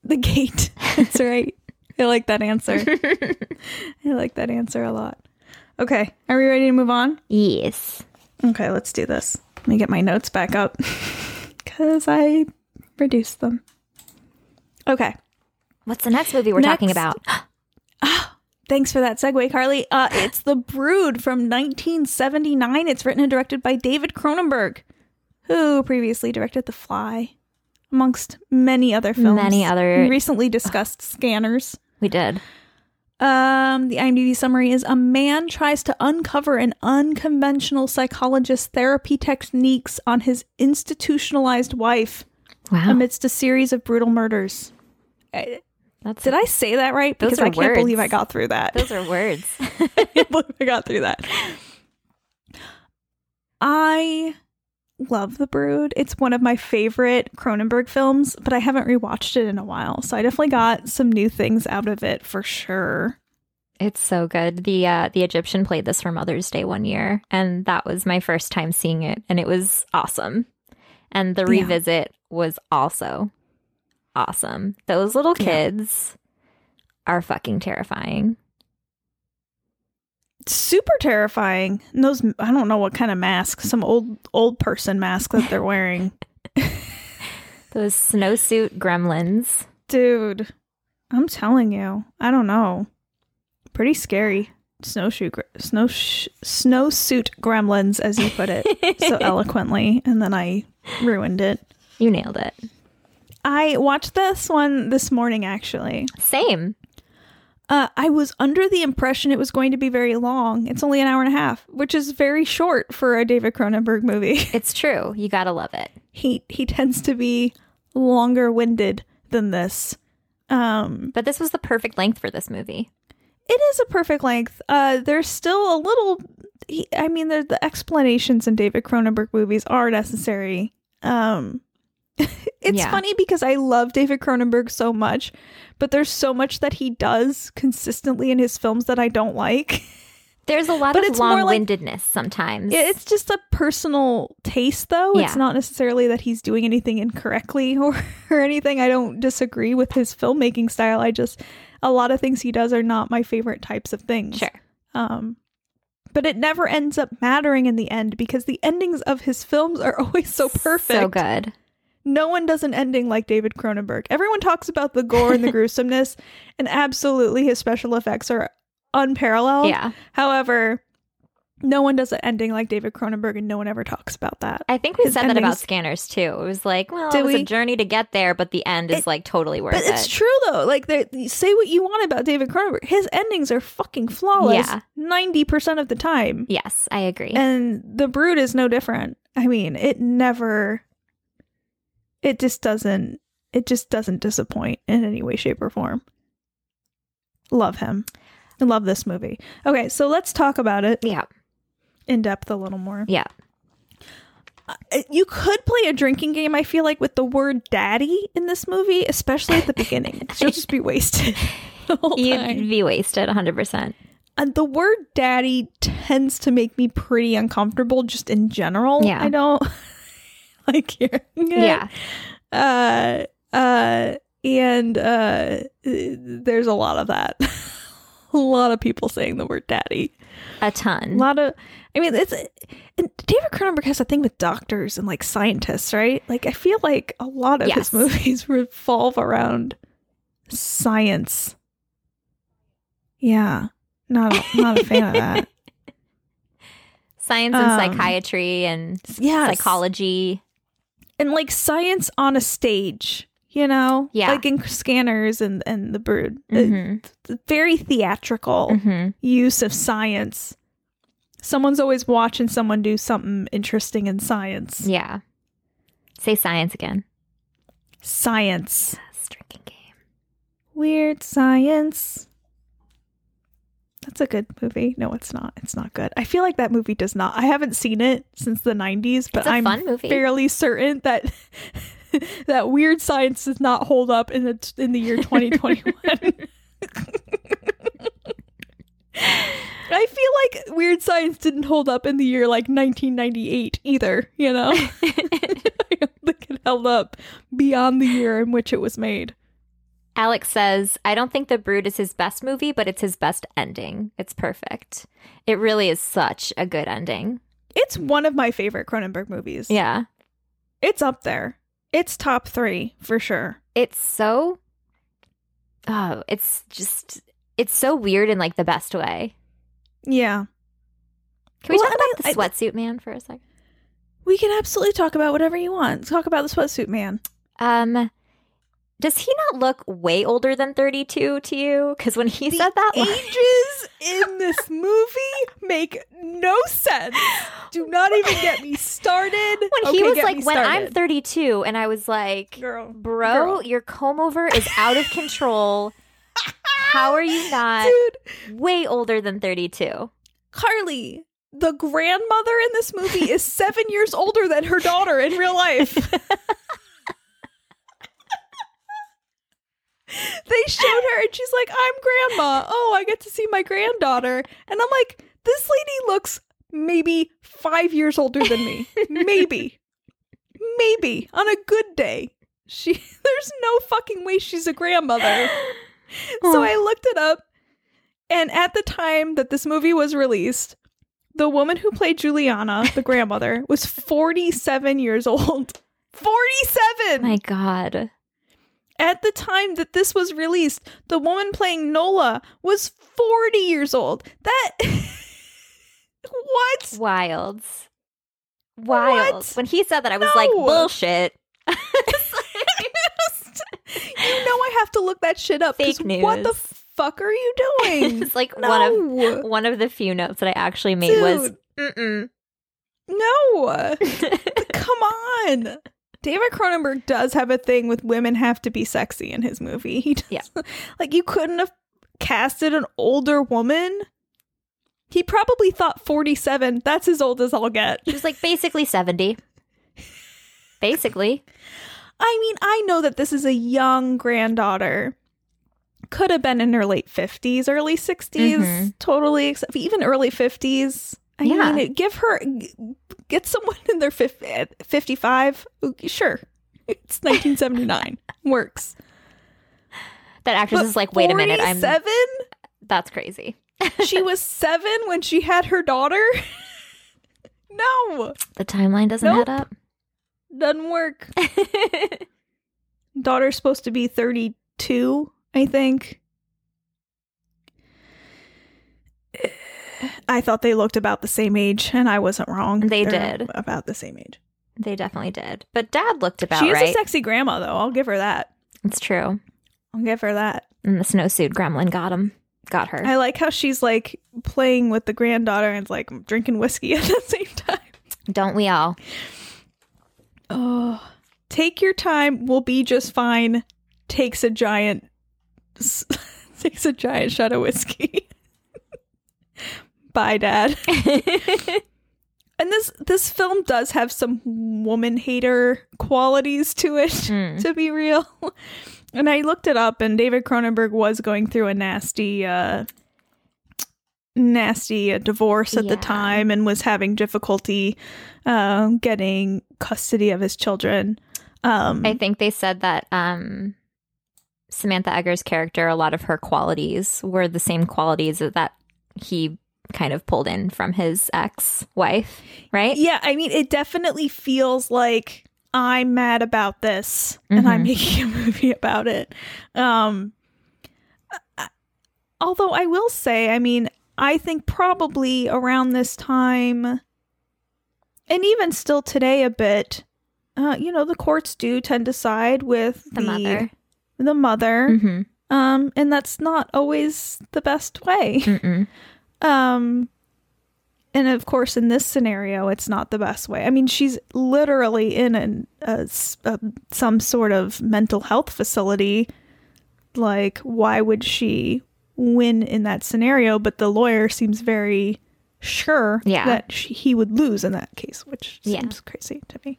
S3: The gate. That's right. I like that answer. I like that answer a lot. Okay, are we ready to move on?
S4: Yes.
S3: Okay, let's do this. Let me get my notes back up because I reduced them. Okay.
S4: What's the next movie we're talking
S3: Next.
S4: about?
S3: Thanks for that segue, Carly. Uh, it's The Brood from 1979. It's written and directed by David Cronenberg, who previously directed The Fly, amongst many other films.
S4: Many other-
S3: We recently discussed Scanners.
S4: We did.
S3: Um, the IMDb summary is a man tries to uncover an unconventional psychologist therapy techniques on his institutionalized wife
S4: Wow.
S3: amidst a series of brutal murders. I-
S4: That's
S3: Did I say that right?
S4: Those
S3: Because
S4: are
S3: I can't believe
S4: words.
S3: I got through that.
S4: Those are words.
S3: can't believe I got through that. I love The Brood. It's one of my favorite Cronenberg films, but I haven't rewatched it in a while. So I definitely got some new things out of it for sure.
S4: It's so good. The uh, the Egyptian played this for Mother's Day one year, and that was my first time seeing it, and it was awesome. And the
S3: Yeah.
S4: revisit was also awesome. Those little
S3: Yeah.
S4: kids are fucking terrifying.
S3: super terrifying. And those I don't know what kind of mask, some old old person mask that they're wearing.
S4: Those snowsuit gremlins.
S3: Dude, I'm telling you, I don't know. Pretty scary. Snowshoe gre- snow snowsuit gremlins as you put it so eloquently and then I ruined it.
S4: You nailed it.
S3: I watched this one this morning actually.
S4: Same.
S3: Uh, I was under the impression it was going to be very long. It's only an hour and a half, which is very short for a David Cronenberg movie.
S4: It's true. You gotta love it.
S3: he he tends to be longer winded than this. Um,
S4: But this was the perfect length for this movie.
S3: it is a perfect length. Uh, there's still a little. He, I mean, the, the explanations in David Cronenberg movies are necessary. Um, it's
S4: Yeah.
S3: funny because I love David Cronenberg so much, but there's so much that he does consistently in his films that I don't like.
S4: There's a lot
S3: But
S4: of
S3: it's more like-
S4: long-windedness sometimes.
S3: It- It's just a personal taste, though. It's
S4: Yeah.
S3: not necessarily that he's doing anything incorrectly or, or anything. I don't disagree with his filmmaking style. I just, a lot of things he does are not my favorite types of things.
S4: Sure.
S3: Um, but it never ends up mattering in the end because the endings of his films are always so perfect.
S4: So good.
S3: No one does an ending like David Cronenberg. Everyone talks about the gore and the gruesomeness, and absolutely his special effects are unparalleled.
S4: Yeah.
S3: However, no one does an ending like David Cronenberg, and no one ever talks about that.
S4: I think we
S3: His
S4: said that about
S3: endings-
S4: scanners too. It was like, well,
S3: Did
S4: it was
S3: we?
S4: a journey to get there, but the end is
S3: It-
S4: like totally worth
S3: But it's
S4: it.
S3: true though. Like, they- say what you want about David Cronenberg, his endings are fucking flawless
S4: Yeah.
S3: ninety percent of the time.
S4: Yes, I agree.
S3: And the brood is no different. I mean, it never it just doesn't it just doesn't disappoint in any way, shape, or form. Love him. I love this movie. Okay, so let's talk about it
S4: yeah.
S3: in depth a little more.
S4: Yeah.
S3: Uh, You could play a drinking game, I feel like, with the word daddy in this movie, especially at the beginning. You'll just be wasted the whole time.
S4: You'd be wasted 100%.
S3: And Uh, the word daddy tends to make me pretty uncomfortable just in general.
S4: Yeah.
S3: I don't like hearing it.
S4: Yeah.
S3: Uh, uh, and uh, there's a lot of that. a lot of people saying the word daddy.
S4: A
S3: A
S4: ton.
S3: lot of, I mean, it's, and David Cronenberg has a thing with doctors and like scientists, right? Like, I feel like a lot of
S4: Yes.
S3: his movies revolve around science. Yeah. Not a, not a fan of that.
S4: Science and
S3: um,
S4: psychiatry and
S3: Yeah.
S4: psychology.
S3: and like science on a stage you know
S4: Yeah.
S3: like in scanners and and the bird Uh,
S4: Mhm.
S3: th- very theatrical
S4: Mhm.
S3: use of science someone's always watching someone do something interesting in science
S4: Yeah. Say science again.
S3: science
S4: Yes, drinking game.
S3: weird science that's a good movie no it's not it's not good i feel like that movie does not i haven't seen it since the 90s but
S4: It's a
S3: i'm
S4: fun movie.
S3: fairly certain that that weird science does not hold up in the in the year 2021. I feel like weird science didn't hold up in the year like 1998 either, you know. I don't think it held up beyond the year in which it was made.
S4: Alex says, I don't think The Brood is his best movie, but it's his best ending. It's perfect. It really is such a good ending.
S3: It's one of my favorite Cronenberg movies.
S4: Yeah.
S3: It's up there. It's top 3 for sure.
S4: It's so. Oh, it's just. It's so weird in like the best way.
S3: Yeah.
S4: Can we
S3: Well,
S4: talk about
S3: and I-
S4: the sweatsuit man for a second?
S3: We can absolutely talk about whatever you want. Talk about the sweatsuit man.
S4: Um, does he not look way older than 32 to you? Because when he said that, line-
S3: ages in this movie make no sense. Do not even get me started.
S4: when he
S3: Okay,
S4: was
S3: get
S4: like,
S3: me
S4: when I'm
S3: started.
S4: 32, and I was like,
S3: girl,
S4: bro,
S3: girl.
S4: your comb over is out of control. How are you not
S3: dude,
S4: way older than 32?
S3: Carly, the grandmother in this movie is seven years older than her daughter in real life. they showed her and she's like, I'm grandma. Oh, I get to see my granddaughter. And I'm like, this lady looks maybe five years older than me. maybe. Maybe. On a good day. She there's no fucking way she's a grandmother. So I looked it up. And at the time that this movie was released, the woman who played Juliana, the grandmother, was 47 years old. 47!
S4: My God.
S3: At the time that this was released, the woman playing Nola was 40 years old. That. what?
S4: Wilds. Wild.
S3: What?
S4: When he said that, I was like,
S3: No.
S4: bullshit.
S3: you know I have to look that shit up. 'cause
S4: Fake
S3: What the
S4: news.
S3: fuck are you doing?
S4: it's like one
S3: no,
S4: of one of the few notes that I actually made was mm
S3: no. Come on. David Cronenberg does have a thing with women have to be sexy in his movie. He does,
S4: Yeah.
S3: Like you couldn't have casted an older woman. He probably thought 47, that's as old as I'll get.
S4: She was like basically seventy. Basically,
S3: I mean, I know that this is a young granddaughter. Could have been in her late 50s, early 60s,
S4: Mhm.
S3: totally, except even early 50s. I
S4: Yeah.
S3: mean, give her, g- get someone in their fif- at 55. Sure. It's 1979. Works.
S4: that actress is like, wait a minute, I'm
S3: seven.
S4: that's crazy.
S3: she was seven when she had her daughter. no,
S4: The timeline doesn't
S3: Nope.
S4: add up.
S3: doesn't work. daughter's supposed to be 32 i think i thought they looked about the same age and i wasn't wrong
S4: They
S3: They're
S4: did.
S3: about the same age
S4: they definitely did, but Dad looked about
S3: she is
S4: right.
S3: a sexy grandma though i'll give her that
S4: it's true.
S3: i'll give her that
S4: And the snowsuit gremlin got him, got her.
S3: i like how she's like playing with the granddaughter and like drinking whiskey at the same time
S4: Don't we all?
S3: oh take your time we'll be just fine takes a giant takes a giant shot of whiskey bye dad And this this film does have some woman hater qualities to it,
S4: Mm.
S3: to be real. And I looked it up, and David Cronenberg was going through a nasty, uh, nasty uh, divorce at the
S4: Yeah.
S3: time, and was having difficulty uh, getting custody of his children. Um,
S4: I think they said that um, Samantha Egger's character, a lot of her qualities were the same qualities that he kind of pulled in from his ex wife, right?
S3: yeah, I mean, it definitely feels like I'm mad about this and I'm
S4: Mhm.
S3: making a movie about it. Um, I- although I will say, I mean, I think probably around this time, and even still today, a bit, uh, you know, the courts do tend to side with
S4: The mother.
S3: the mother,
S4: Mm-hmm.
S3: um, and that's not always the best way.
S4: Mm-mm.
S3: Um and of course in this scenario it's not the best way. I mean she's literally in an a, s- a- some sort of mental health facility. Like why would she win in that scenario but the lawyer seems very sure
S4: Yeah.
S3: that she, he would lose in that case, which seems
S4: Yeah.
S3: crazy to me.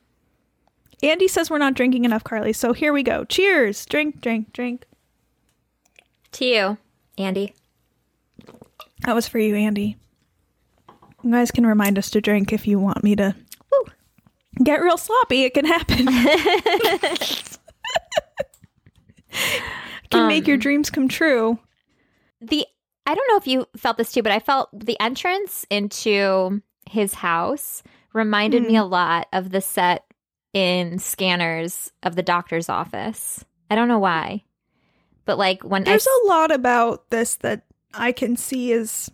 S3: Andy says we're not drinking enough, Carly. So here we go. Cheers. Drink, drink, drink.
S4: To you, Andy.
S3: That was for you, Andy. You guys can remind us to drink if you want me to get real sloppy. It can happen. can make
S4: Um,
S3: your dreams come true.
S4: The I don't know if you felt this too, but I felt the entrance into his house reminded me a lot of the set in Scanners of the doctor's office. I don't know why, but like when I
S3: There's
S4: s-
S3: a lot about this that I can see is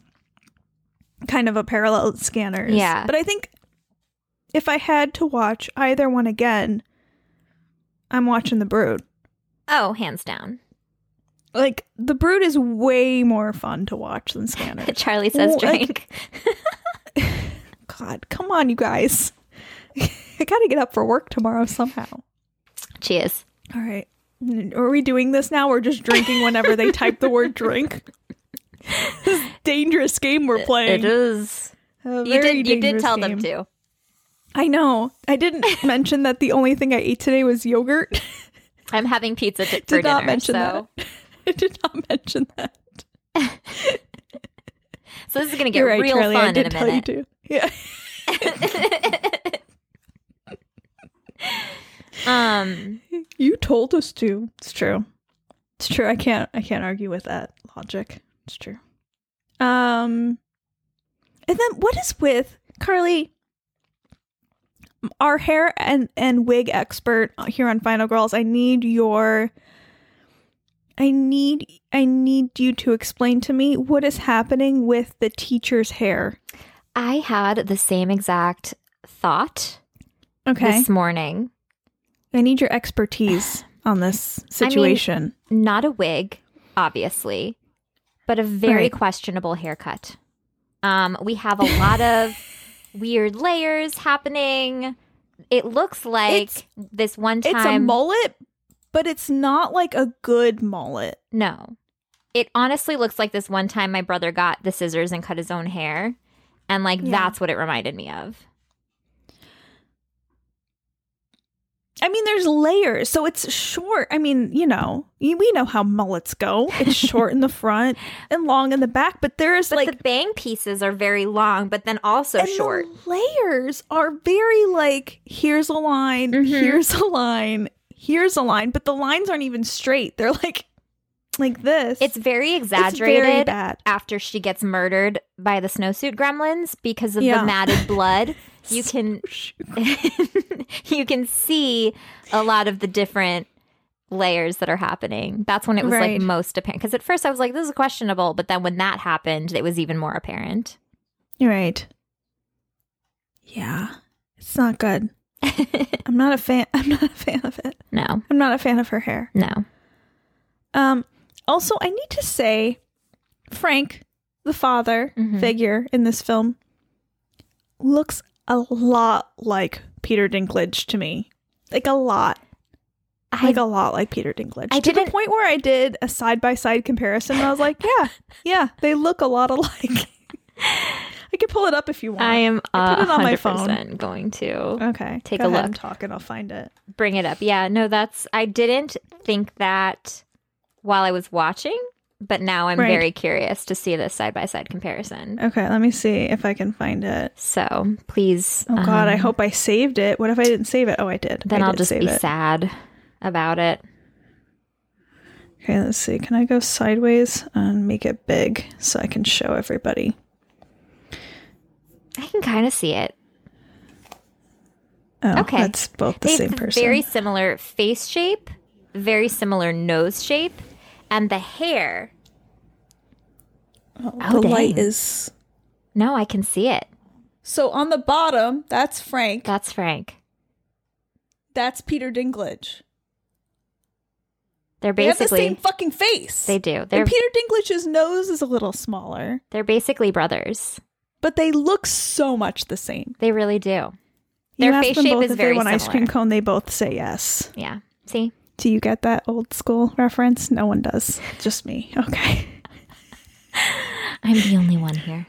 S3: kind of a parallel to scanners.
S4: Yeah.
S3: But I think if I had to watch either one again, I'm watching The Brood.
S4: oh, hands down.
S3: Like, The Brood is way more fun to watch than Scanners.
S4: Charlie says
S3: Well, I-
S4: drink.
S3: God, come on, you guys. I gotta get up for work tomorrow somehow.
S4: Cheers.
S3: All right. N- Are we doing this now? We're just drinking whenever they type the word drink. This is a dangerous game we're playing.
S4: It is.
S3: A
S4: You
S3: very
S4: did. You did
S3: dangerous
S4: tell
S3: game.
S4: them to.
S3: I know. I didn't mention that the only thing I ate today was yogurt.
S4: I'm having pizza di- for
S3: did not
S4: dinner.
S3: mention
S4: so,
S3: that. I did not mention that.
S4: so this is gonna get
S3: You're right,
S4: real
S3: Charlie. I
S4: fun in
S3: did
S4: a
S3: tell you
S4: minute.
S3: to. Yeah.
S4: Um.
S3: You told us to. It's true. It's true. I can't I can't argue with that logic. It's true. Um and then what is with Carly our hair and and wig expert here on Final Girls, I need your I need I need you to explain to me what is happening with the teacher's hair.
S4: I had the same exact thought
S3: Okay.
S4: this morning.
S3: I need your expertise on this situation.
S4: Not a wig, obviously. but a very
S2: Right.
S4: questionable haircut. Um, we have a lot of weird layers happening. It looks like
S2: It's-
S4: this one time.
S3: It's a mullet, but it's not like a good mullet.
S4: No. It honestly looks like this one time my brother got the scissors and cut his own hair. And like
S3: Yeah.
S4: that's what it reminded me of.
S3: I mean, there's layers, so it's short. I mean, you know, y- we know how mullets go. It's short in the front and long in the back, but there is
S4: But
S3: like
S4: the bang pieces are very long, but then also
S3: and the
S4: short.
S3: layers are very like here's a line,
S4: Mhm.
S3: here's a line, here's a line, but the lines aren't even straight. They're like like this.
S4: It's very
S3: It's
S4: exaggerated
S3: very bad.
S4: after she gets murdered by the snowsuit gremlins because of
S3: Yeah.
S4: the matted blood. You can you can see a lot of the different layers that are happening. That's when it was
S3: Right.
S4: like most apparent. Because at first I was like, this is questionable, but then when that happened, it was even more apparent.
S3: Right. Yeah. It's not good. I'm not a fan I'm not a fan of it.
S4: No,
S3: I'm not a fan of her hair.
S4: no.
S3: Um, also, I need to say, Frank, the father
S4: Mhm.
S3: figure in this film, looks a lot like Peter Dinklage to me. Like a lot,
S4: I,
S3: like a lot like Peter Dinklage.
S4: I
S3: to the
S4: didn't-
S3: point where I did a side by side comparison. And I was like, yeah, yeah, they look a lot alike. I could pull it up if you want.
S4: I am
S3: I
S4: uh,
S3: put it on my
S4: 100%
S3: phone. Uh.
S4: going to
S3: okay.
S4: Take
S3: go
S4: a
S3: ahead
S4: look.
S3: And talk, and I'll find it.
S4: bring it up. Yeah, no, that's, I didn't think that while I was watching, but now I'm
S3: Right. Uh.
S4: very curious to see this side by side comparison.
S3: Okay, let me see if I can find it.
S4: So please.
S3: Oh God, I
S4: um,
S3: hope I saved it. What if I didn't save it? Oh, I did.
S4: Then
S3: I
S4: I'll
S3: did
S4: just
S3: save
S4: be
S3: it.
S4: sad about it.
S3: Okay, let's see. Can I go sideways and make it big so I can show everybody?
S4: I can kind of see it.
S3: Oh,
S4: Okay.
S3: that's both the
S4: They have
S3: same person.
S4: Very similar face shape, very similar nose shape, and the hair.
S3: Oh,
S4: Oh,
S3: the light
S4: dang.
S3: is
S4: No, I can see it.
S3: so on the bottom. That's Frank.
S4: That's Frank.
S3: That's Peter Dinklage.
S4: They're
S3: they have the
S4: basically
S3: same fucking face.
S4: They do. They're
S3: And Peter Dinklage's nose is a little smaller,
S4: they're basically brothers.
S3: but they look so much the same.
S4: They really do.
S3: You
S4: Their
S3: ask
S4: face
S3: them
S4: shape
S3: both
S4: is
S3: if
S4: very
S3: they want ice cream
S4: similar.
S3: cone. They both say yes.
S4: Yeah. See?
S3: Do you get that old school reference? No one does. Just me. Okay.
S4: I'm the only one here.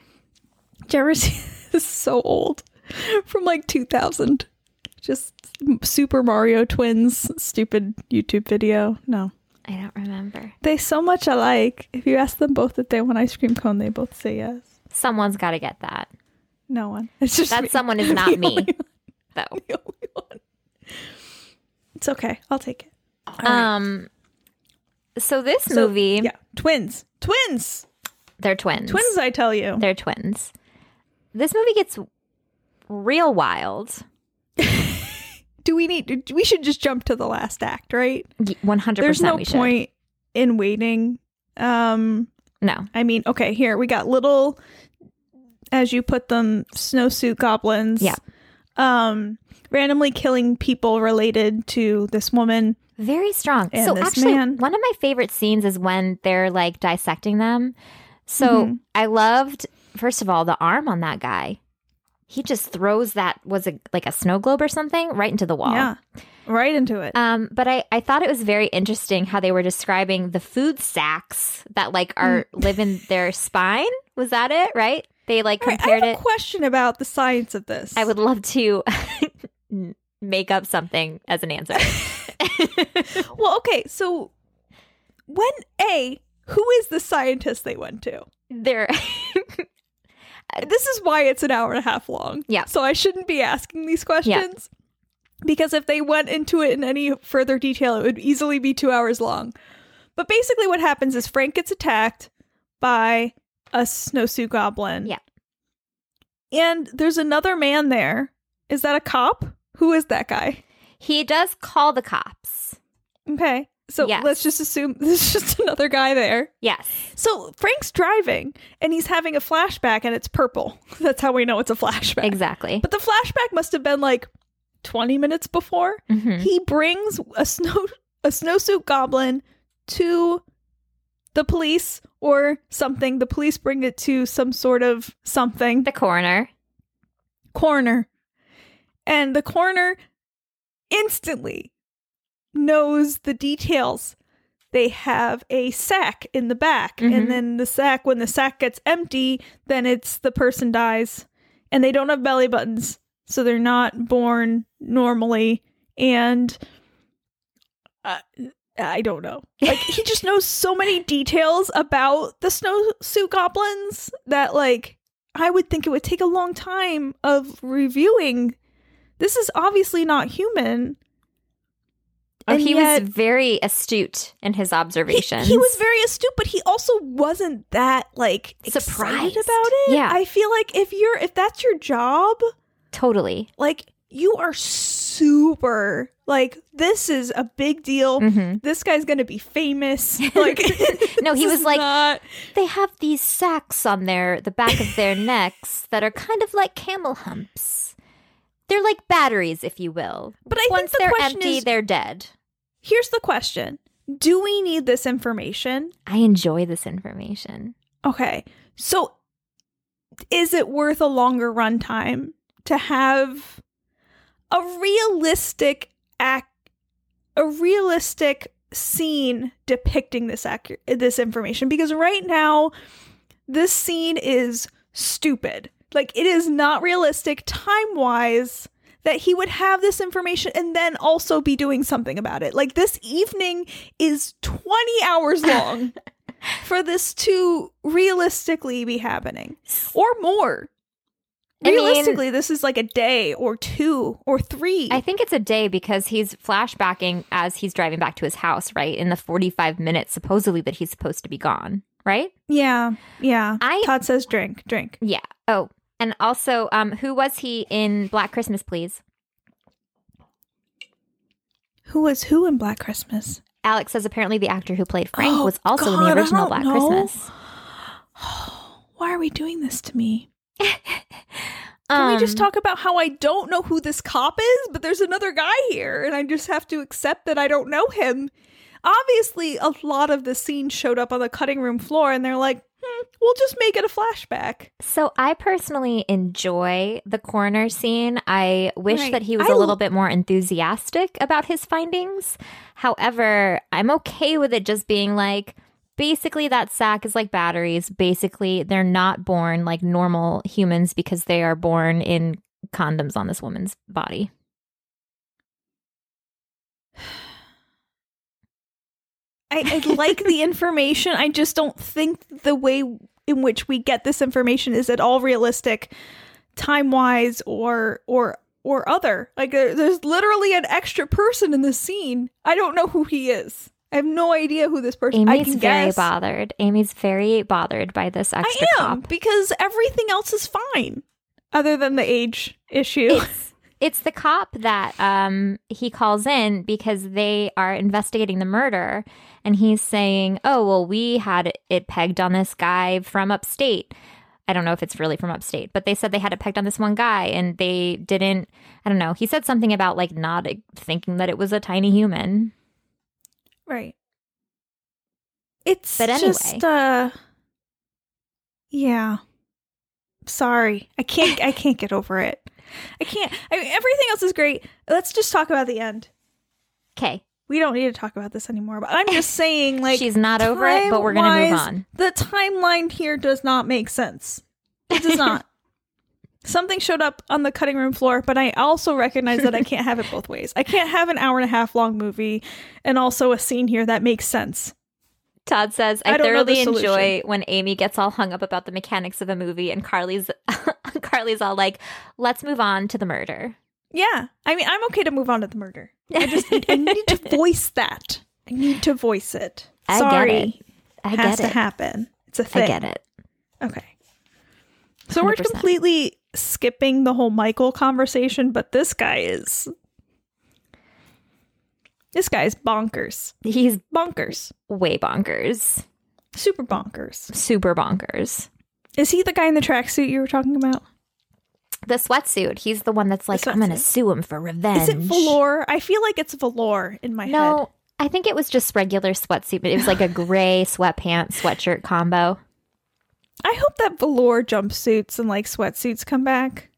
S3: Did you ever see this is so old from like 2000 just super mario twins stupid youtube video no
S4: I don't remember.
S3: they so much alike if you ask them both if they want ice cream cone they both say yes
S4: Someone's got to get that.
S3: no one it's just
S4: That
S3: me.
S4: someone is not
S3: The
S4: me.
S3: only-
S4: Though.
S3: the only one. it's okay i'll take it All right.
S4: Um so this
S3: So,
S4: movie,
S3: yeah twins twins
S4: they're twins.
S3: twins i tell you
S4: They're twins. This movie gets real wild.
S3: do we need we should just jump to the last act right
S4: One hundred
S3: there's
S4: percent.
S3: no
S4: we should.
S3: point in waiting um
S4: No.
S3: I mean, okay, here we got little, as you put them, snowsuit goblins.
S4: Yeah.
S3: Um, randomly killing people related to this woman.
S4: Very strong.
S3: And
S4: so
S3: this
S4: actually,
S3: man.
S4: one of my favorite scenes is when they're like dissecting them. So
S3: Mm-hmm.
S4: I loved first of all the arm on that guy. He just throws that was a like a snow globe or something right into the wall.
S3: Yeah. Right into it.
S4: Um, but I, I thought it was very interesting how they were describing the food sacks that like are
S3: Mm.
S4: live in their spine. Was that it? Right? They like
S3: All right, I
S4: compared
S3: have
S4: it.
S3: a question about the science of this.
S4: I would love to make up something as an answer.
S3: Well, okay, so when a who is the scientist they went to?
S4: there,
S3: This is why it's an hour and a half long.
S4: Yeah.
S3: So I shouldn't be asking these questions. Because if they went into it in any further detail, it would easily be two hours long. But basically, what happens is Frank gets attacked by a snowsuit goblin.
S4: Yeah.
S3: And there's another man there. Is that a cop? Who is that guy?
S4: he does call the cops.
S3: Okay. So
S4: Yes.
S3: let's just assume there's just another guy there.
S4: Yes,
S3: So Frank's driving and he's having a flashback and it's purple. That's how we know it's a flashback.
S4: exactly.
S3: But the flashback must have been like 20 minutes before.
S4: Mhm.
S3: He brings a snow a snowsuit goblin to the police or something. The police bring it to some sort of something.
S4: The coroner.
S3: coroner. And the coroner instantly knows the details. They have a sack in the back,
S4: Mhm.
S3: and then the sack, when the sack gets empty, then it's the person dies. And they don't have belly buttons, so they're not born normally. And uh, I don't know. Like, he just knows so many details about the snowsuit goblins that, like, I would think it would take a long time of reviewing. This is obviously not human.
S4: Oh,
S3: And
S4: he
S3: yet-
S4: was very astute in his
S3: He,
S4: observations.
S3: he was very astute, but he also wasn't that like surprised
S4: Surprised.
S3: about it.
S4: Yeah.
S3: I feel like if you're if that's your job,
S4: totally.
S3: like you are super like this is a big deal.
S4: Mhm.
S3: This guy's gonna be famous. Oh. Like
S4: No, he
S3: this
S4: was
S3: is
S4: like,
S3: not-
S4: they have these sacks on their the back of their necks that are kind of like camel humps. They're like batteries, if you will.
S3: But I think
S4: once
S3: the
S4: they're
S3: question
S4: empty,
S3: is-
S4: they're dead.
S3: Here's the question: Do we need this information?
S4: I enjoy this information.
S3: Okay. So is it worth a longer runtime to have a realistic act a realistic scene depicting this accurate this information because right now this scene is stupid. Like it is not realistic time-wise that he would have this information and then also be doing something about it. Like this evening is 20 hours long for this to realistically be happening or more.
S4: I mean-
S3: Realistically, this is like a day or two or three.
S4: I think it's a day because he's flashbacking as he's driving back to his house, right? In the 45 minutes supposedly that he's supposed to be gone, right?
S3: yeah, yeah.
S4: I-
S3: Todd says drink, drink.
S4: Yeah. Oh, and also um who was he in Black Christmas, please?
S3: Who was who in Black Christmas?
S4: Alex says apparently the actor who played Frank
S3: Oh,
S4: was also in the
S3: God, I
S4: original
S3: don't
S4: Black
S3: know.
S4: Christmas.
S3: Why are we doing this to me? Can
S4: Um,
S3: we just talk about how I don't know who this cop is, but there's another guy here, and I just have to accept that I don't know him? Obviously, a lot of the scene showed up on the cutting room floor, and they're like, hmm, we'll just make it a flashback.
S4: So I personally enjoy the coroner scene. I wish
S3: Right.
S4: that he was
S3: I
S4: a little
S3: l-
S4: bit more enthusiastic about his findings. However, I'm okay with it just being like basically that sack is like batteries. Basically, they're not born like normal humans because they are born in condoms on this woman's body.
S3: I, I like the information. I just don't think the way in which we get this information is at all realistic, time wise or or or other. Like there, there's literally an extra person in the scene. I don't know who he is. I have no idea who this person. I
S4: Amy's
S3: can
S4: very
S3: guess.
S4: bothered. Amy's very bothered by this extra
S3: I am
S4: cop.
S3: because everything else is fine, other than the age issue.
S4: it's it's the cop that um he calls in because they are investigating the murder and he's saying, "Oh, well we had it pegged on this guy from upstate." I don't know if it's really from upstate, but they said they had it pegged on this one guy and they didn't I don't know. He said something about like not e, thinking that it was a tiny human.
S3: Right. It's
S4: But
S3: just uh Yeah. Sorry. I can't I can't get over it. I can't I mean, everything else is great. Let's just talk about the end.
S4: Okay.
S3: We don't need to talk about this anymore, but I'm just saying like
S4: She's not over it, but we're going to move
S3: time-wise,
S4: on.
S3: The timeline here does not make sense. It does not. Something showed up on the cutting room floor, but I also recognize that I can't have it both ways. I can't have an hour and a half long movie and also a scene here that makes sense.
S4: Todd says, I,
S3: I don't know the
S4: thoroughly enjoy
S3: solution."
S4: when Amy gets all hung up about the mechanics of a movie and Carly's Carly's all like, let's move on to the murder.
S3: Yeah. I mean, I'm okay to move on to the murder. I just need, I need to voice that. I need to voice it.
S4: I get
S3: Sorry.
S4: it. I
S3: has
S4: get
S3: to
S4: it.
S3: happen. It's a thing.
S4: I get it.
S3: Okay. So we are
S4: 100%.
S3: completely skipping the whole Michael conversation, but this guy is This guy is bonkers.
S4: He's
S3: Bonkers.
S4: way bonkers.
S3: Super bonkers.
S4: Super bonkers.
S3: Is he the guy in the tracksuit you were talking about?
S4: The sweatsuit. He's the one that's like,
S3: The
S4: I'm going to
S3: sweatsuit.
S4: sue him for revenge.
S3: Is it Valor? I feel like it's Valor in my head.
S4: No, I think it was just regular sweatsuit, but it was like a gray sweatpants sweatshirt combo.
S3: I hope that velour jumpsuits and like sweatsuits come back.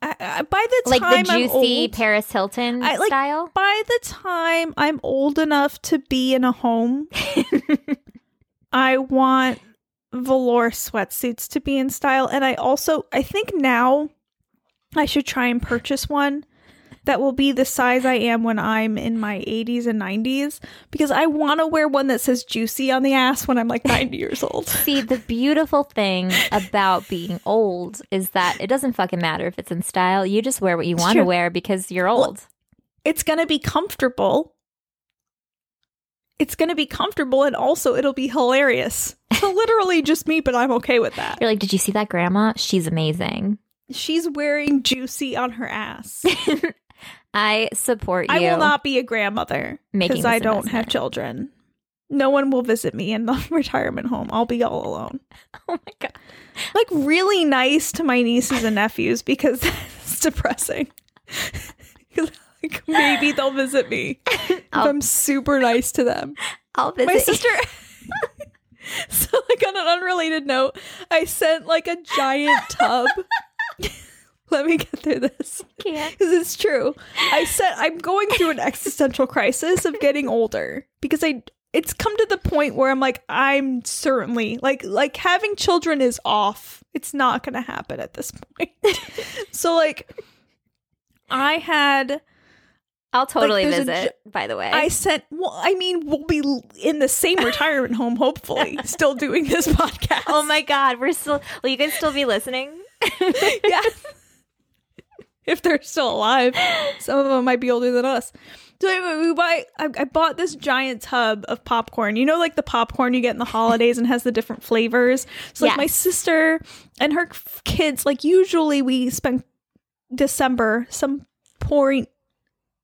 S3: I, I, by the
S4: Like
S3: time
S4: the
S3: I'm
S4: juicy
S3: old-
S4: Paris Hilton
S3: I, like-
S4: style.
S3: by the time I'm old enough to be in a home, I want velour sweatsuits to be in style. And I also, I think now I should try and purchase one that will be the size I am when I'm in my 80s and 90s because I want to wear one that says juicy on the ass when I'm like 90 years old.
S4: See, the beautiful thing about being old is that it doesn't fucking matter if it's in style. You just wear what you want to
S3: true.
S4: wear because you're old.
S3: It's going to be comfortable. It's going to be comfortable and also it'll be hilarious. So literally just me, but I'm okay with that.
S4: You're like, did you see that grandma? She's amazing.
S3: She's wearing juicy on her ass.
S4: I support you.
S3: I will not be a grandmother
S4: Making
S3: because I
S4: this
S3: don't
S4: investment.
S3: have children. No one will visit me in the retirement home. I'll be all alone.
S4: Oh my god.
S3: Like really nice to my nieces and nephews because that's depressing. 'Cause, like maybe they'll visit me. if
S4: I'll-
S3: I'm super nice to them.
S4: I'll visit.
S3: My sister. so, like on an unrelated note, I sent like a giant tub. Let me get through this.
S4: can't.
S3: because it's true. I said I'm going through an existential crisis of getting older because I it's come to the point where I'm like I'm certainly like like having children is off. It's not going to happen at this point. so like I had
S4: I'll totally
S3: there's a
S4: visit. by the way,
S3: I sent well I mean we'll be in the same retirement home hopefully still doing this podcast.
S4: oh my god, we're still. Will you guys still be listening?
S3: yeah. if they're still alive, some of them might be older than us. So anyway, we buy. I, I bought this giant tub of popcorn. You know, like the popcorn you get in the holidays and has the different flavors. So like
S4: Yeah.
S3: my sister and her f- kids. Like usually we spend December some point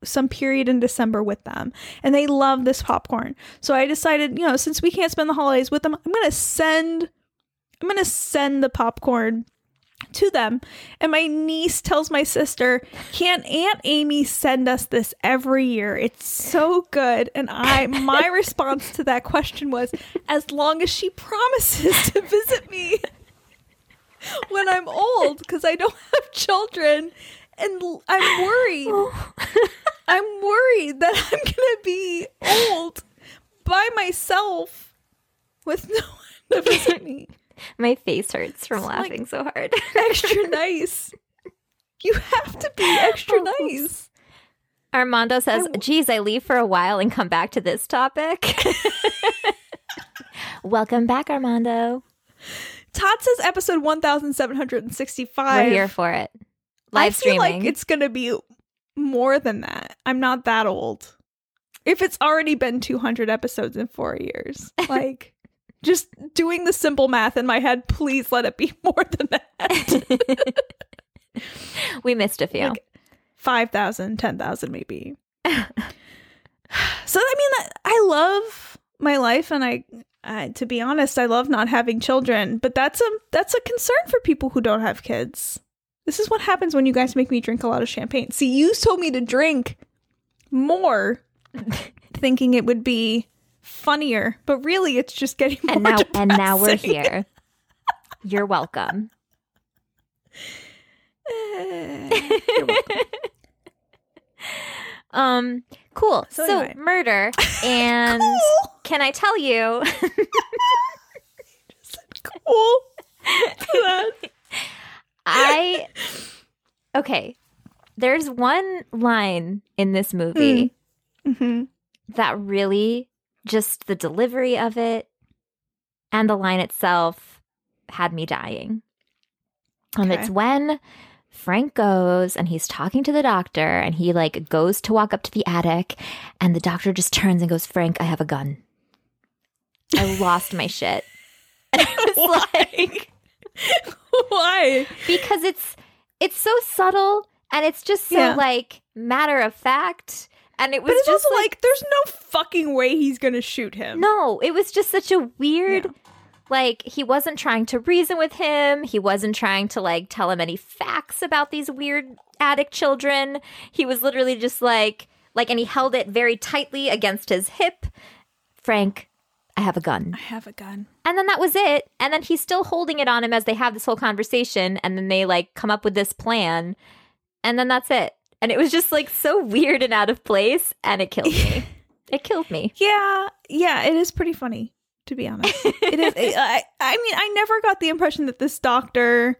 S3: some period in December with them and they love this popcorn. So I decided, you know, since we can't spend the holidays with them, I'm going to send I'm going to send the popcorn to them. And my niece tells my sister, "Can't Aunt Amy send us this every year? It's so good." And I my response to that question was, "As long as she promises to visit me when I'm old cuz I don't have children." And l- I'm worried. I'm worried that I'm gonna be old by myself with no one to visit me.
S4: My face hurts from
S3: like-
S4: laughing so hard.
S3: Extra nice. You have to be extra
S4: Oh.
S3: nice.
S4: Armando says,
S3: w-
S4: "Geez, I leave for a while and come back to this topic." Welcome back, Armando.
S3: Todd says episode one thousand seven hundred and
S4: We're here
S3: sixty-five.
S4: for it.
S3: I
S4: Live
S3: feel
S4: streaming.
S3: like it's gonna be more than that. I'm not that old. If it's already been two hundred episodes in four years, like just doing the simple math in my head, please let it be more than that.
S4: we missed a few.
S3: like 5,000, 10,000 maybe. so I mean that I love my life and I uh, to be honest, I love not having children, but that's a that's a concern for people who don't have kids. This is what happens when you guys make me drink a lot of champagne. See, you told me to drink more thinking it would be funnier, but really it's just getting more
S4: and now, and now we're
S3: depressing.
S4: here. You're welcome. Um, cool. So,
S3: So anyway.
S4: murder and
S3: Cool.
S4: can I tell you?
S3: Cool. That's-
S4: I okay. There's one line in this
S3: Hmm.
S4: movie
S3: Mhm.
S4: that really just the delivery of it and the line itself had me dying. Um,
S3: Okay.
S4: it's when Frank goes and he's talking to the doctor and he like goes to walk up to the attic and the doctor just turns and goes, Frank, I have a gun. I lost my shit. And I was like,
S3: Why?
S4: because it's it's so subtle and it's just so
S3: Yeah.
S4: like matter of fact and it was
S3: But it's
S4: just
S3: also
S4: like,
S3: like, there's no fucking way he's gonna shoot him.
S4: no it was just such a weird like he wasn't trying to reason with him he wasn't trying to like tell him any facts about these weird addict children he was literally just like Like, and he held it very tightly against his hip. Frank, I have a gun.
S3: I have a gun.
S4: And then that was it. And then he's still holding it on him as they have this whole conversation. And then they like come up with this plan. And then that's it. And it was just like so weird and out of place. And it killed me. it killed me.
S3: Yeah, yeah, it is pretty funny to be honest. it is. I, I mean, I never got the impression that this doctor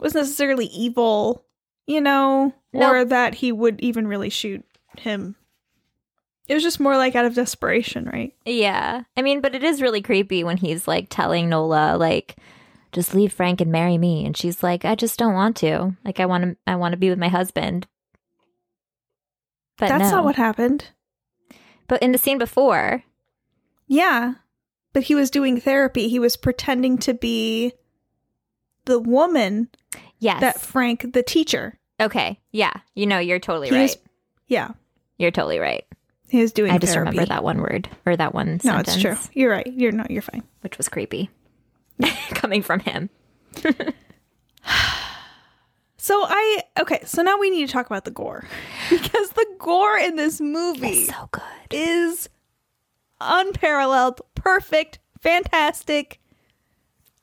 S3: was necessarily evil, you know, or
S4: Nope.
S3: that he would even really shoot him. It was just more like out of desperation, right?
S4: Yeah. I mean, but it is really creepy when he's like telling Nola, like, just leave Frank and marry me. And she's like, I just don't want to. Like, I want to, I want to be with my husband. But
S3: That's
S4: no.
S3: not what happened.
S4: But in the scene before,
S3: Yeah. But he was doing therapy. He was pretending to be the woman
S4: yes.
S3: that Frank, the teacher.
S4: okay. Yeah. You know, you're totally
S3: He
S4: right.
S3: was- yeah.
S4: You're totally right.
S3: He was doing
S4: I just
S3: therapy.
S4: remember that one word or that one
S3: No,
S4: sentence.
S3: it's true. You're right. You're no, you're fine.
S4: Which was creepy. Coming from him.
S3: So I okay, so now we need to talk about the gore. Because the gore in this movie
S4: So good.
S3: is unparalleled, perfect, fantastic.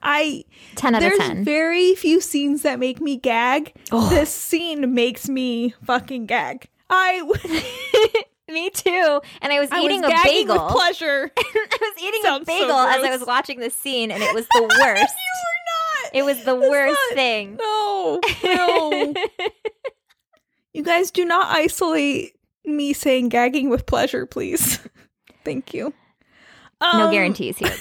S3: I
S4: 10 out
S3: there's
S4: of 10.
S3: very few scenes that make me gag. This scene makes me fucking gag. I was
S4: me too. And I was
S3: I was
S4: eating a
S3: gagging
S4: bagel.
S3: with pleasure.
S4: I was eating a
S3: Sounds so
S4: bagel as I
S3: gross.
S4: was watching this scene, and it was the worst.
S3: you were not.
S4: it was the
S3: That's
S4: worst
S3: not-
S4: thing.
S3: No, no. you guys do not isolate me saying gagging with pleasure, please. Thank you.
S4: no
S3: Um,
S4: guarantees here.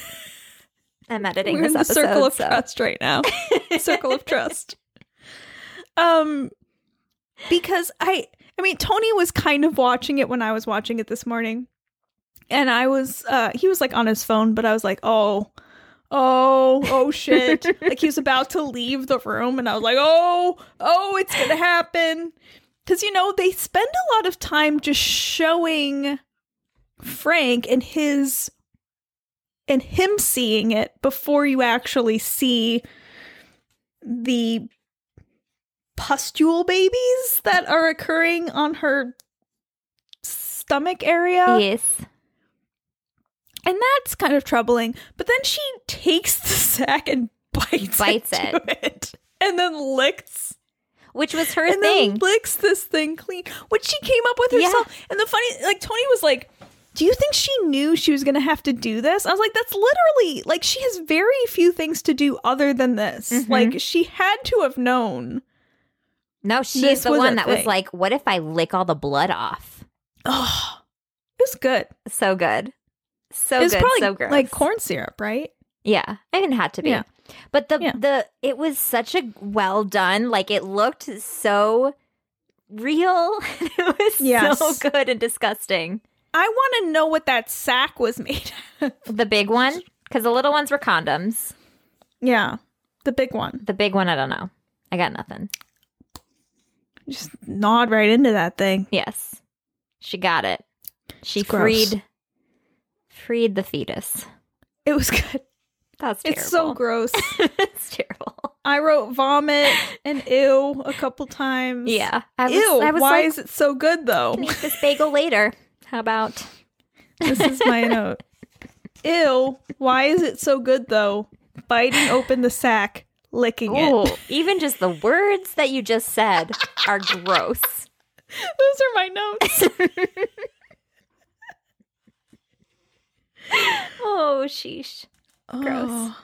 S4: I'm editing
S3: We're
S4: this
S3: in the
S4: episode.
S3: circle of
S4: so-
S3: trust right now. circle of trust. Um, because I, I mean, Tony was kind of watching it when I was watching it this morning, and I was, uh, he was like on his phone, but I was like, oh, oh, oh, shit! like he was about to leave the room, and I was like, oh, oh, it's gonna happen, because you know they spend a lot of time just showing Frank and his and him seeing it before you actually see the pustule babies that are occurring on her stomach area.
S4: Yes.
S3: And that's kind of troubling. But then she takes the sack and bites,
S4: Bites
S3: into it. And then licks
S4: Which was her
S3: and
S4: thing.
S3: then licks this thing clean. Which she came up with
S4: Yeah.
S3: herself. And the funny like Tony was like, Do you think she knew she was gonna have to do this? I was like, that's literally like she has very few things to do other than this.
S4: Mhm.
S3: Like she had to have known.
S4: no, she's
S3: this
S4: the
S3: was
S4: one
S3: a
S4: that was
S3: thing.
S4: like, what if I lick all the blood off?
S3: Oh, it was good.
S4: So good. So
S3: it was
S4: good.
S3: probably
S4: so gross.
S3: like corn syrup, right?
S4: Yeah, I mean, it had to be.
S3: Yeah.
S4: But the
S3: Yeah.
S4: the it was such a well done. Like it looked so real. it was so
S3: Yes.
S4: good and disgusting.
S3: I want to know what that sack was made. of.
S4: The big one, because the little ones were condoms.
S3: yeah, the big one.
S4: The big one, I don't know. I got nothing.
S3: Just gnawed right into that thing.
S4: Yes, she got it. She
S3: It's gross.
S4: freed freed the fetus.
S3: It was good.
S4: That's terrible.
S3: It's so gross.
S4: it's terrible.
S3: I wrote vomit and ew a couple times.
S4: Yeah, I was.
S3: ew.
S4: I was
S3: why
S4: like,
S3: is it so good though?
S4: "Can eat this bagel later. How about?
S3: this is my note. Ew. Why is it so good though? Biting open the sack, licking it.
S4: Ooh, even just the words that you just said are gross.
S3: Those are my notes.
S4: Oh, sheesh. Gross.
S3: Oh.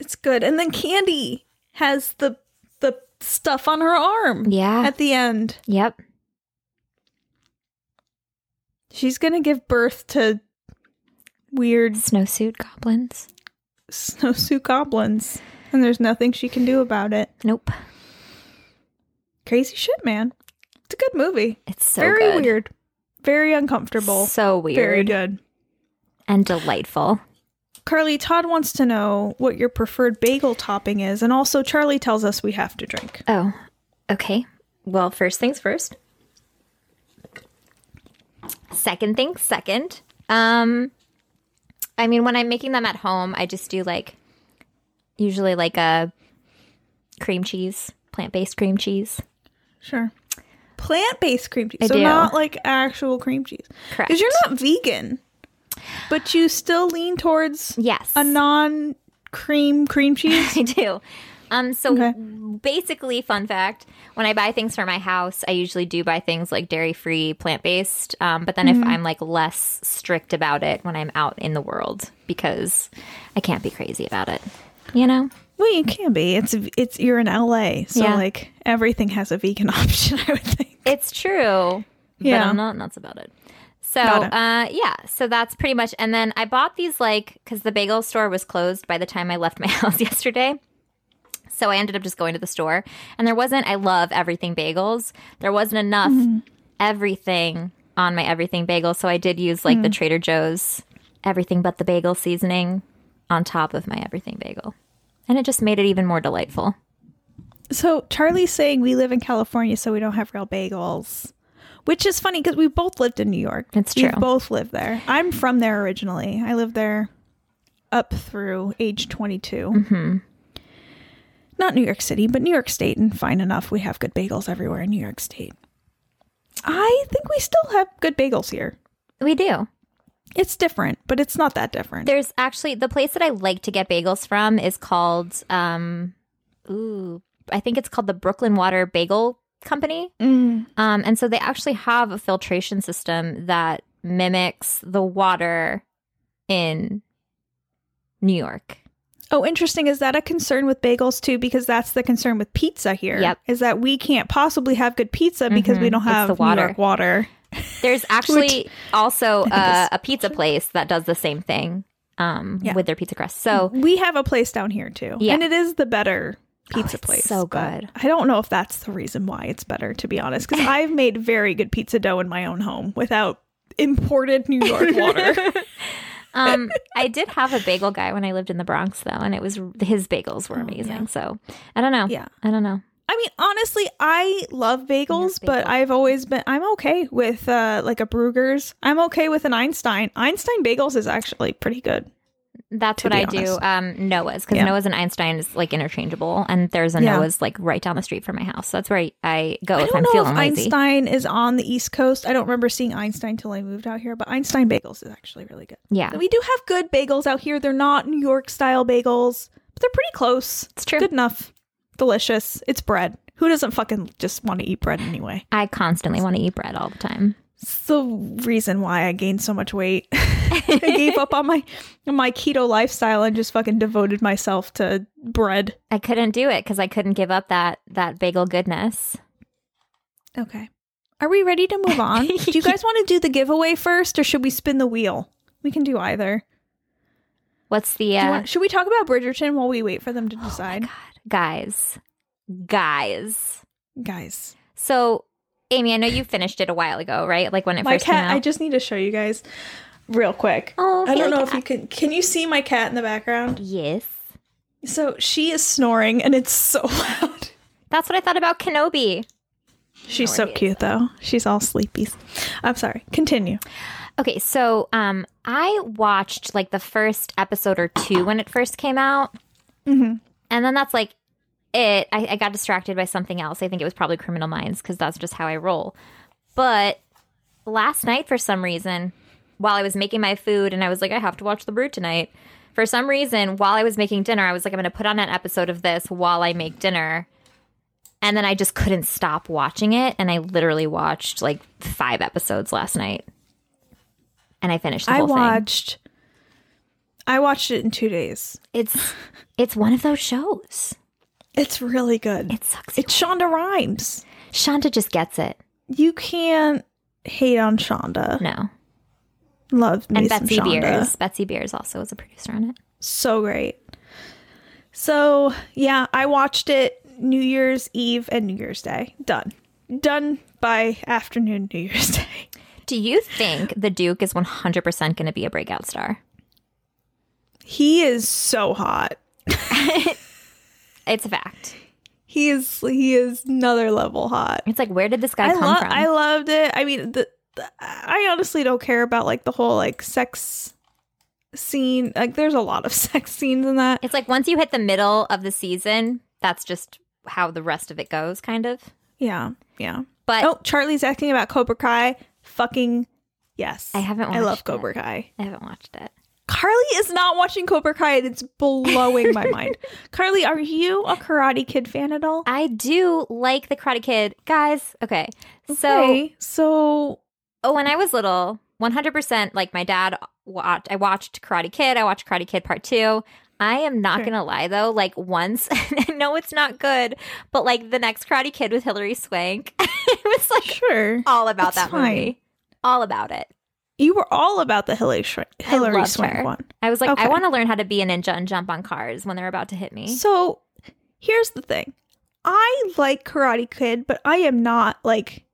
S3: It's good. And then Candy has the the stuff on her arm
S4: Yeah.
S3: at the end.
S4: Yep.
S3: She's gonna give birth to weird
S4: Snowsuit goblins.
S3: snowsuit goblins, and there's nothing she can do about it.
S4: Nope.
S3: Crazy shit, man. It's a good movie.
S4: It's so
S3: very
S4: good.
S3: weird, very uncomfortable,
S4: So weird
S3: very good.
S4: and delightful.
S3: Carly Todd wants to know what your preferred bagel topping is, and also Charlie tells us we have to drink.
S4: Oh, okay. Well, first things first. Second thing second. Um, I mean, when I'm making them at home, I just do like usually like a cream cheese, plant based cream cheese.
S3: Sure. plant based cream cheese.
S4: I
S3: so
S4: do.
S3: not like actual cream cheese.
S4: Correct.
S3: Because you're not vegan, but you still lean towards
S4: yes.
S3: a non cream cream cheese.
S4: I do. Um, so
S3: Okay.
S4: basically, fun fact: when I buy things for my house, I usually do buy things like dairy-free, plant-based. Um, but then if I'm like less strict about it when I'm out in the world, because I can't be crazy about it, you know.
S3: well, you can be. It's it's you're in LA, so
S4: Yeah.
S3: like everything has a vegan option. I would think.
S4: It's true. But
S3: Yeah.
S4: I'm not nuts about it. So,
S3: Got it.
S4: uh, yeah, so that's pretty much. And then I bought these like, because the bagel store was closed by the time I left my house yesterday. So I ended up just going to the store. And there wasn't, I love everything bagels. There wasn't enough
S3: Mm-hmm.
S4: everything on my everything bagel. So I did use
S3: Mm.
S4: like the Trader Joe's everything but the bagel seasoning on top of my everything bagel. And it just made it even more delightful.
S3: So Charlie's saying we live in California, so we don't have real bagels, which is funny because we both lived in New York.
S4: It's
S3: We
S4: true.
S3: both lived there. I'm from there originally. I lived there up through age 22. Mm-hmm. Not New York City, but New York State, and fine enough, we have good bagels everywhere in New York State. I think we still have good bagels here.
S4: We do.
S3: It's different, but it's not that different.
S4: There's actually the place that I like to get bagels from is called um ooh, I think it's called the Brooklyn Water Bagel Company.
S3: Mm.
S4: Um and so they actually have a filtration system that mimics the water in New York.
S3: Oh, interesting. Is that a concern with bagels too? Because that's the concern with pizza here.
S4: Yep.
S3: Is that we can't possibly have good pizza because we
S4: Mhm.
S3: don't
S4: It's the
S3: have
S4: water.
S3: New York water.
S4: There's actually also
S3: I think
S4: uh,
S3: it's-
S4: a pizza place that does the same thing um
S3: Yeah.
S4: with their pizza crust. So
S3: We have a place down here too.
S4: Yeah. Oh,
S3: And it is the better pizza
S4: it's
S3: place.
S4: so
S3: but
S4: good.
S3: I don't know if that's the reason why it's better, to be honest, because I've made very good pizza dough in my own home without imported New York water.
S4: um, I did have a bagel guy when I lived in the Bronx, though, and it was his bagels were amazing. So I don't know.
S3: Oh, Yeah.
S4: I don't know.
S3: I mean, honestly, I love bagels, but
S4: bagel.
S3: I've always been I'm okay with uh like a Brugger's. I'm okay with an Einstein. Einstein bagels is actually pretty good.
S4: That's
S3: to
S4: what I
S3: be
S4: do.
S3: honest.
S4: Um, Noah's because
S3: Yeah.
S4: Noah's and Einstein is like interchangeable, and there's a
S3: Yeah.
S4: Noah's like right down the street from my house. So that's where I, I go
S3: I
S4: if
S3: don't
S4: I'm
S3: know if
S4: feeling lazy.
S3: Einstein is on the East Coast. I don't remember seeing Einstein till I moved out here, but Einstein bagels is actually really good.
S4: yeah,
S3: We do have good bagels out here. They're not New York style bagels, but they're pretty close.
S4: it's true.
S3: Good enough. Delicious. It's bread. Who doesn't fucking just want to eat bread anyway?
S4: I constantly want to eat bread all the time.
S3: It's the reason why I gained so much weight. I gave up on my my keto lifestyle and just fucking devoted myself to bread.
S4: I couldn't do it because I couldn't give up that that bagel goodness.
S3: Okay. Are we ready to move on? do you guys want to do the giveaway first or should we spin the wheel? We can do either.
S4: What's the
S3: Do you
S4: uh,
S3: want- should we talk about Bridgerton while we wait for them
S4: Oh
S3: to decide?
S4: guys? Guys,
S3: Guys,
S4: so Amy, I know you finished it a while ago, right? Like when it
S3: my
S4: first came
S3: cat,
S4: out.
S3: I just need to show you guys real quick.
S4: Oh,
S3: I
S4: hey,
S3: don't know if
S4: cat.
S3: you can. Can you see my cat in the background?
S4: Yes.
S3: So she is snoring and it's so loud.
S4: That's what I thought about Kenobi.
S3: She's so cute though. She's all sleepy. I'm sorry. Continue.
S4: Okay, so um I watched like the first episode or two when it first came out. And then that's like it. I, I got distracted by something else. I think it was probably Criminal Minds because that's just how I roll. But last night, for some reason, while I was making my food and I was like, I have to watch The Brew tonight. For some reason, while I was making dinner, I was like, I'm going to put on an episode of this while I make dinner. And then I just couldn't stop watching it. And I literally watched like five episodes last night. And I finished the
S3: I
S4: whole thing.
S3: watched. I watched it in two days.
S4: It's it's one of those shows.
S3: It's really good.
S4: It sucks.
S3: It's Shonda Rhimes.
S4: Shonda just gets it.
S3: You can't hate on Shonda.
S4: No.
S3: Love me
S4: and
S3: some
S4: Betsy
S3: Shonda.
S4: Beers. Betsy Beers also was a producer on it.
S3: so great. So yeah, I watched it New Year's Eve and New Year's Day. Done. Done by afternoon New Year's Day.
S4: Do you think the Duke is 100% going to be a breakout star?
S3: He is so hot.
S4: It's a fact.
S3: He is he is another level hot.
S4: It's like, where did this guy
S3: I
S4: come
S3: love
S4: from?
S3: I loved it. I mean the, the I honestly don't care about like the whole like sex scene. Like there's a lot of sex scenes in that.
S4: it's like once you hit the middle of the season, that's just how the rest of it goes, kind of.
S3: Yeah. Yeah.
S4: But
S3: oh, Charlie's acting about Cobra Kai. Fucking yes.
S4: I haven't
S3: I love
S4: watched it.
S3: Cobra Kai.
S4: I haven't watched it.
S3: Carly is not watching Cobra Kai and it's blowing my mind. Carly, are you a Karate Kid fan at all?
S4: I do like the Karate Kid, guys. Okay, Uh, so
S3: Okay, so
S4: oh, when I was little, one hundred percent, like my dad, watched, I watched Karate Kid. I watched Karate Kid Part Two. I am not
S3: Sure.
S4: gonna lie though, like once, no, it's not good, but like the next Karate Kid with Hilary Swank, it was like
S3: sure.
S4: all about
S3: That's
S4: that
S3: fine.
S4: movie, all about it.
S3: You were all about the Hillary, Swank- Hillary
S4: loved
S3: Swank
S4: her.
S3: one.
S4: I was like,
S3: Okay.
S4: I want to learn how to be a ninja and jump on cars when they're about to hit me.
S3: So here's the thing. I like Karate Kid, but I am not like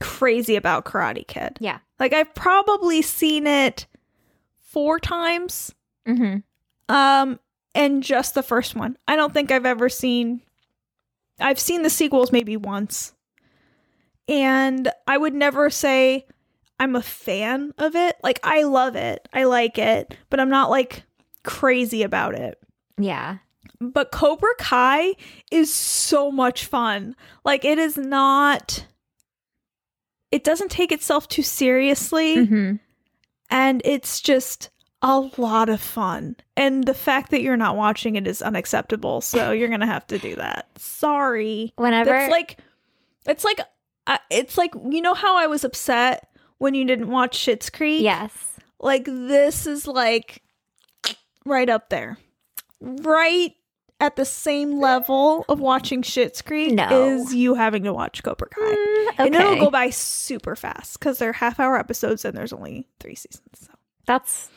S3: crazy about Karate Kid.
S4: Yeah.
S3: Like I've probably seen it four times.
S4: hmm
S3: Um and just the first one. I don't think I've ever seen I've seen the sequels maybe once. And I would never say I'm a fan of it. Like I love it. I like it, but I'm not like crazy about it
S4: Yeah.
S3: but Cobra Kai is so much fun. Like it is not it doesn't take itself too seriously
S4: hmm
S3: and it's just a lot of fun. And the fact that you're not watching it is unacceptable. So you're going to have to do that. Sorry.
S4: Whenever,
S3: That's like it's like uh, it's like you know how I was upset when you didn't watch Shits Creek?
S4: yes.
S3: Like this is like right up there. Right at the same level of watching Shit's Creek
S4: No.
S3: is you having to watch Cobra Kai.
S4: Mm,
S3: And it'll
S4: okay.
S3: go by super fast because they're half hour episodes and there's only three seasons. So
S4: That's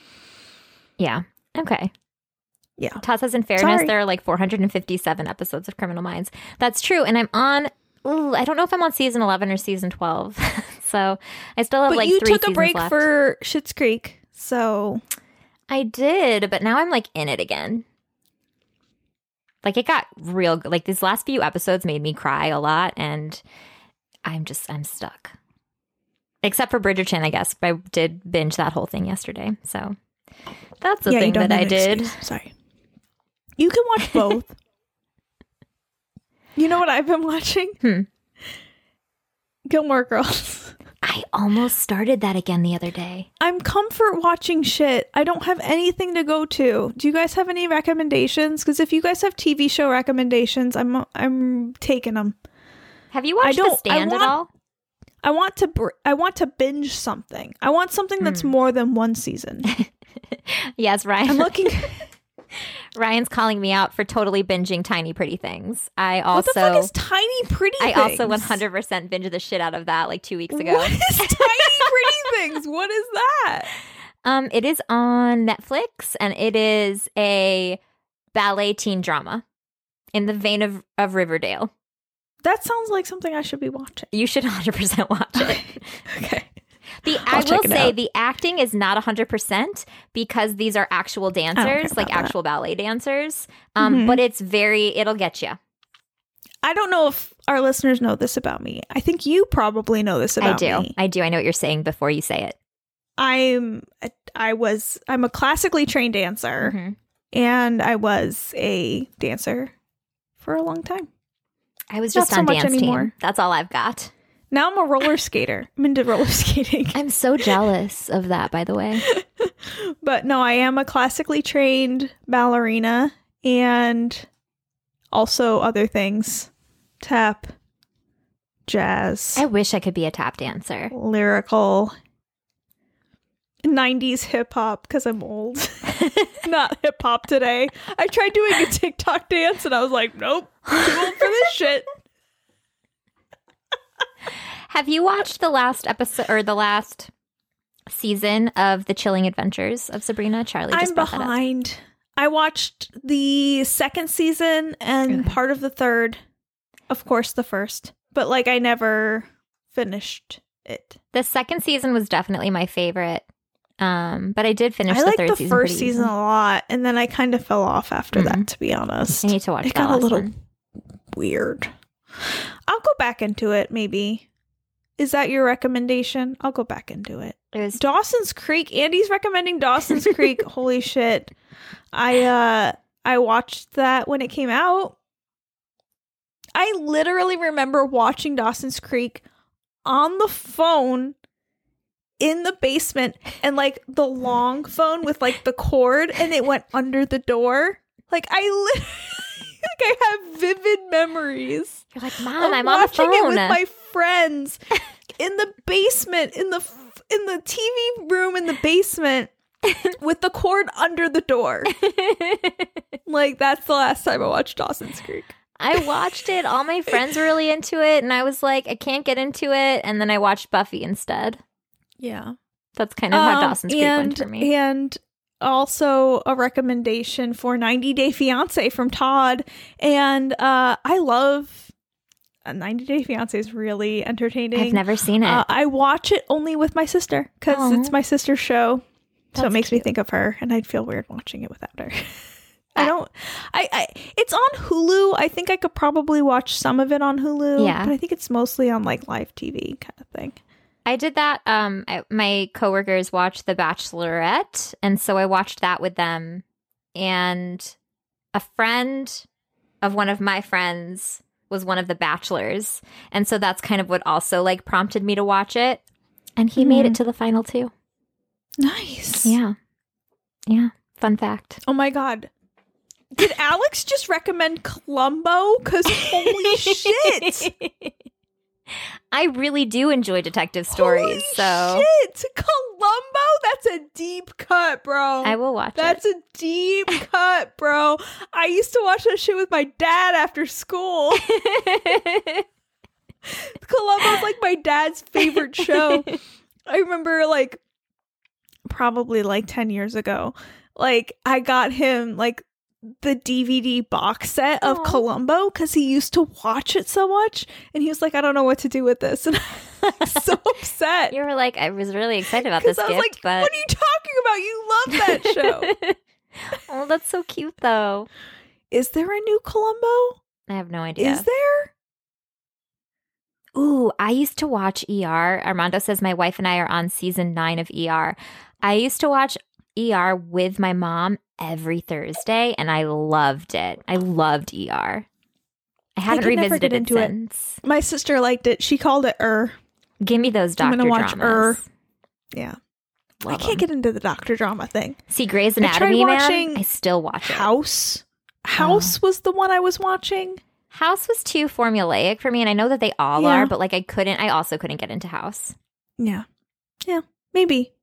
S4: yeah. Okay.
S3: Yeah.
S4: Todd says in fairness,
S3: Sorry.
S4: there are like 457 episodes of Criminal Minds. That's true, and I'm on. Ooh, I don't know if I'm on season 11 or season 12, so I still have
S3: But
S4: like
S3: you
S4: three
S3: took a
S4: seasons
S3: break
S4: left.
S3: for Shit's Creek. So
S4: I did, but now I'm like in it again. Like it got real. Like these last few episodes made me cry a lot, and I'm just I'm stuck. Except for Bridgerton, I guess. I did binge that whole thing yesterday, so that's the
S3: yeah, you
S4: thing
S3: don't
S4: that I
S3: have an
S4: did.
S3: excuse. Sorry. You can watch both. you know what I've been watching?
S4: Hmm.
S3: Gilmore Girls.
S4: I almost started that again the other day.
S3: I'm comfort watching shit. I don't have anything to go to. Do you guys have any recommendations? Because if you guys have TV show recommendations, I'm I'm taking them.
S4: Have you watched The
S3: don't- I
S4: Stand
S3: want-
S4: at all?
S3: I want to br- I want to binge something. I want something that's
S4: Hmm.
S3: more than one season.
S4: Yes, Ryan.
S3: I'm looking.
S4: Ryan's calling me out for totally binging Tiny Pretty Things. I
S3: what
S4: also
S3: the fuck is tiny pretty?
S4: I also
S3: Things?
S4: 100% binged the shit out of that like 2 weeks ago.
S3: What is tiny pretty things? What is that?
S4: Um, it is on Netflix, and it is a ballet teen drama in the vein of, of Riverdale.
S3: That sounds like something I should be watching.
S4: You should 100% watch it.
S3: Okay.
S4: The
S3: I'll
S4: I
S3: check
S4: will
S3: it
S4: say
S3: out.
S4: the acting is not 100% because these are actual dancers,
S3: about
S4: like
S3: that.
S4: actual ballet dancers. Um,
S3: Mhm.
S4: But it's very, it'll get you.
S3: I don't know if our listeners know this about me. I think you probably know this
S4: I
S3: about
S4: do.
S3: me.
S4: I do. I know what you're saying before you say it.
S3: I'm I was I'm a classically trained dancer
S4: Mhm.
S3: and I was a dancer for a long time.
S4: I was
S3: Not
S4: just
S3: so
S4: on
S3: much
S4: dance
S3: anymore.
S4: team. That's all I've got.
S3: Now I'm a roller skater. I'm into roller skating.
S4: I'm so jealous of that, by the way.
S3: But no, I am a classically trained ballerina and also other things. Tap, jazz,
S4: I wish I could be a tap dancer.
S3: lyrical 90s hip hop cuz I'm old. Not hip hop today. I tried doing a TikTok dance and I was like, nope, too old for this shit.
S4: Have you watched the last episode or the last season of The Chilling Adventures of Sabrina? Charlie just
S3: I'm
S4: brought that up.
S3: behind. I watched the second season and
S4: Okay.
S3: part of the third. Of course, the first, but like I never finished it.
S4: The second season was definitely my favorite. Um, but I did finish
S3: I
S4: the
S3: liked
S4: third
S3: the
S4: season.
S3: first
S4: pretty
S3: season
S4: easily.
S3: a lot, and then I kind of fell off after that.
S4: Mhm.
S3: To be honest,
S4: I need to watch
S3: It
S4: that
S3: got a
S4: last
S3: little-
S4: one.
S3: weird. I'll go back into it. Maybe is that your recommendation? I'll go back into it.
S4: It was
S3: Dawson's Creek. Andy's recommending Dawson's Creek. Holy shit. I uh I watched that when it came out. I literally remember watching Dawson's Creek on the phone in the basement and like the long phone with like the cord and it went under the door. Like I li- like I have vivid memories.
S4: You're like, Mom,
S3: of
S4: I'm on the
S3: watching
S4: phone.
S3: it with my friends in the basement in the f- in the TV room in the basement with the cord under the door. Like that's the last time I watched Dawson's Creek.
S4: I watched it. All my friends were really into it, and I was like, I can't get into it. And then I watched Buffy instead.
S3: Yeah.
S4: That's kind of how
S3: Um,
S4: Dawson's Creek went for me.
S3: And also a recommendation for 90 Day Fiance from Todd. And uh, I love uh, 90 Day Fiance is really entertaining.
S4: I've never seen it.
S3: Uh, I watch it only with my sister because
S4: Aw.
S3: it's my sister's show. so it
S4: That's
S3: makes me
S4: cute.
S3: think of her, and I'd feel weird watching it without her. I don't. I, I. It's on Hulu. I think I could probably watch some of it on Hulu.
S4: Yeah.
S3: but I think it's mostly on like live TV kind of thing.
S4: I did that. Um, I, my coworkers watched The Bachelorette, and so I watched that with them. And a friend of one of my friends was one of the bachelors, and so that's kind of what also like prompted me to watch it. And he
S3: Mm-hmm.
S4: made it to the final two.
S3: Nice.
S4: Yeah, yeah. Fun fact.
S3: Oh my god. Did Alex just recommend Columbo? Because holy shit.
S4: I really do enjoy detective stories,
S3: Holy
S4: so
S3: shit. Columbo? That's a deep cut, bro.
S4: I will watch
S3: That's
S4: it.
S3: a deep cut, bro. I used to watch that shit with my dad after school. Columbo's like my dad's favorite show. I remember like probably like 10 years ago, like I got him like the DVD box set of
S4: Aw.
S3: Columbo because he used to watch it so much. And he was like, I don't know what to do with this. And I was so upset.
S4: You were like, I was really excited about
S3: Because
S4: this
S3: I was
S4: gift,
S3: like,
S4: but
S3: what are you talking about? You love that show.
S4: oh, that's so cute, though.
S3: Is there a new Columbo?
S4: I have no idea.
S3: Is there?
S4: Ooh, I used to watch ER. Armando says my wife and I are on season nine of ER. I used to watch ER with my mom every Thursday, and I loved it. I loved ER. I haven't
S3: could never
S4: revisited
S3: get
S4: it
S3: into it.
S4: since.
S3: My sister liked it. She called it Er.
S4: Give me those
S3: I'm
S4: doctor
S3: gonna watch
S4: dramas.
S3: Yeah.
S4: Love
S3: I can't
S4: 'em.
S3: get into the doctor drama thing.
S4: see Grey's
S3: I tried
S4: Anatomy, man.
S3: watching
S4: I still watch it. Uh.
S3: House. House was the one I was watching.
S4: House was too formulaic for me, and I know that they all
S3: Yeah.
S4: are, but like I couldn't. I also couldn't get into House.
S3: Yeah. Yeah. Maybe.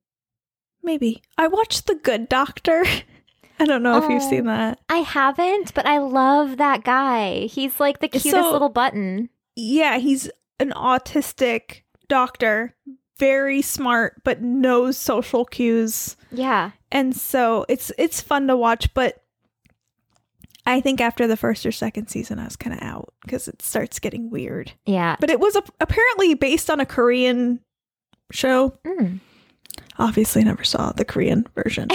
S3: Maybe. I watched The Good Doctor. I don't know if you've
S4: Oh.
S3: seen that.
S4: I haven't, but I love that guy. He's like the cutest
S3: So-
S4: little button.
S3: Yeah, he's an autistic doctor, very smart, but knows social cues.
S4: Yeah.
S3: and so it's it's fun to watch but i think after the first or second season i was kind of out because it starts getting weird
S4: Yeah.
S3: but it was a- apparently based on a korean show
S4: Mm.
S3: obviously never saw the korean version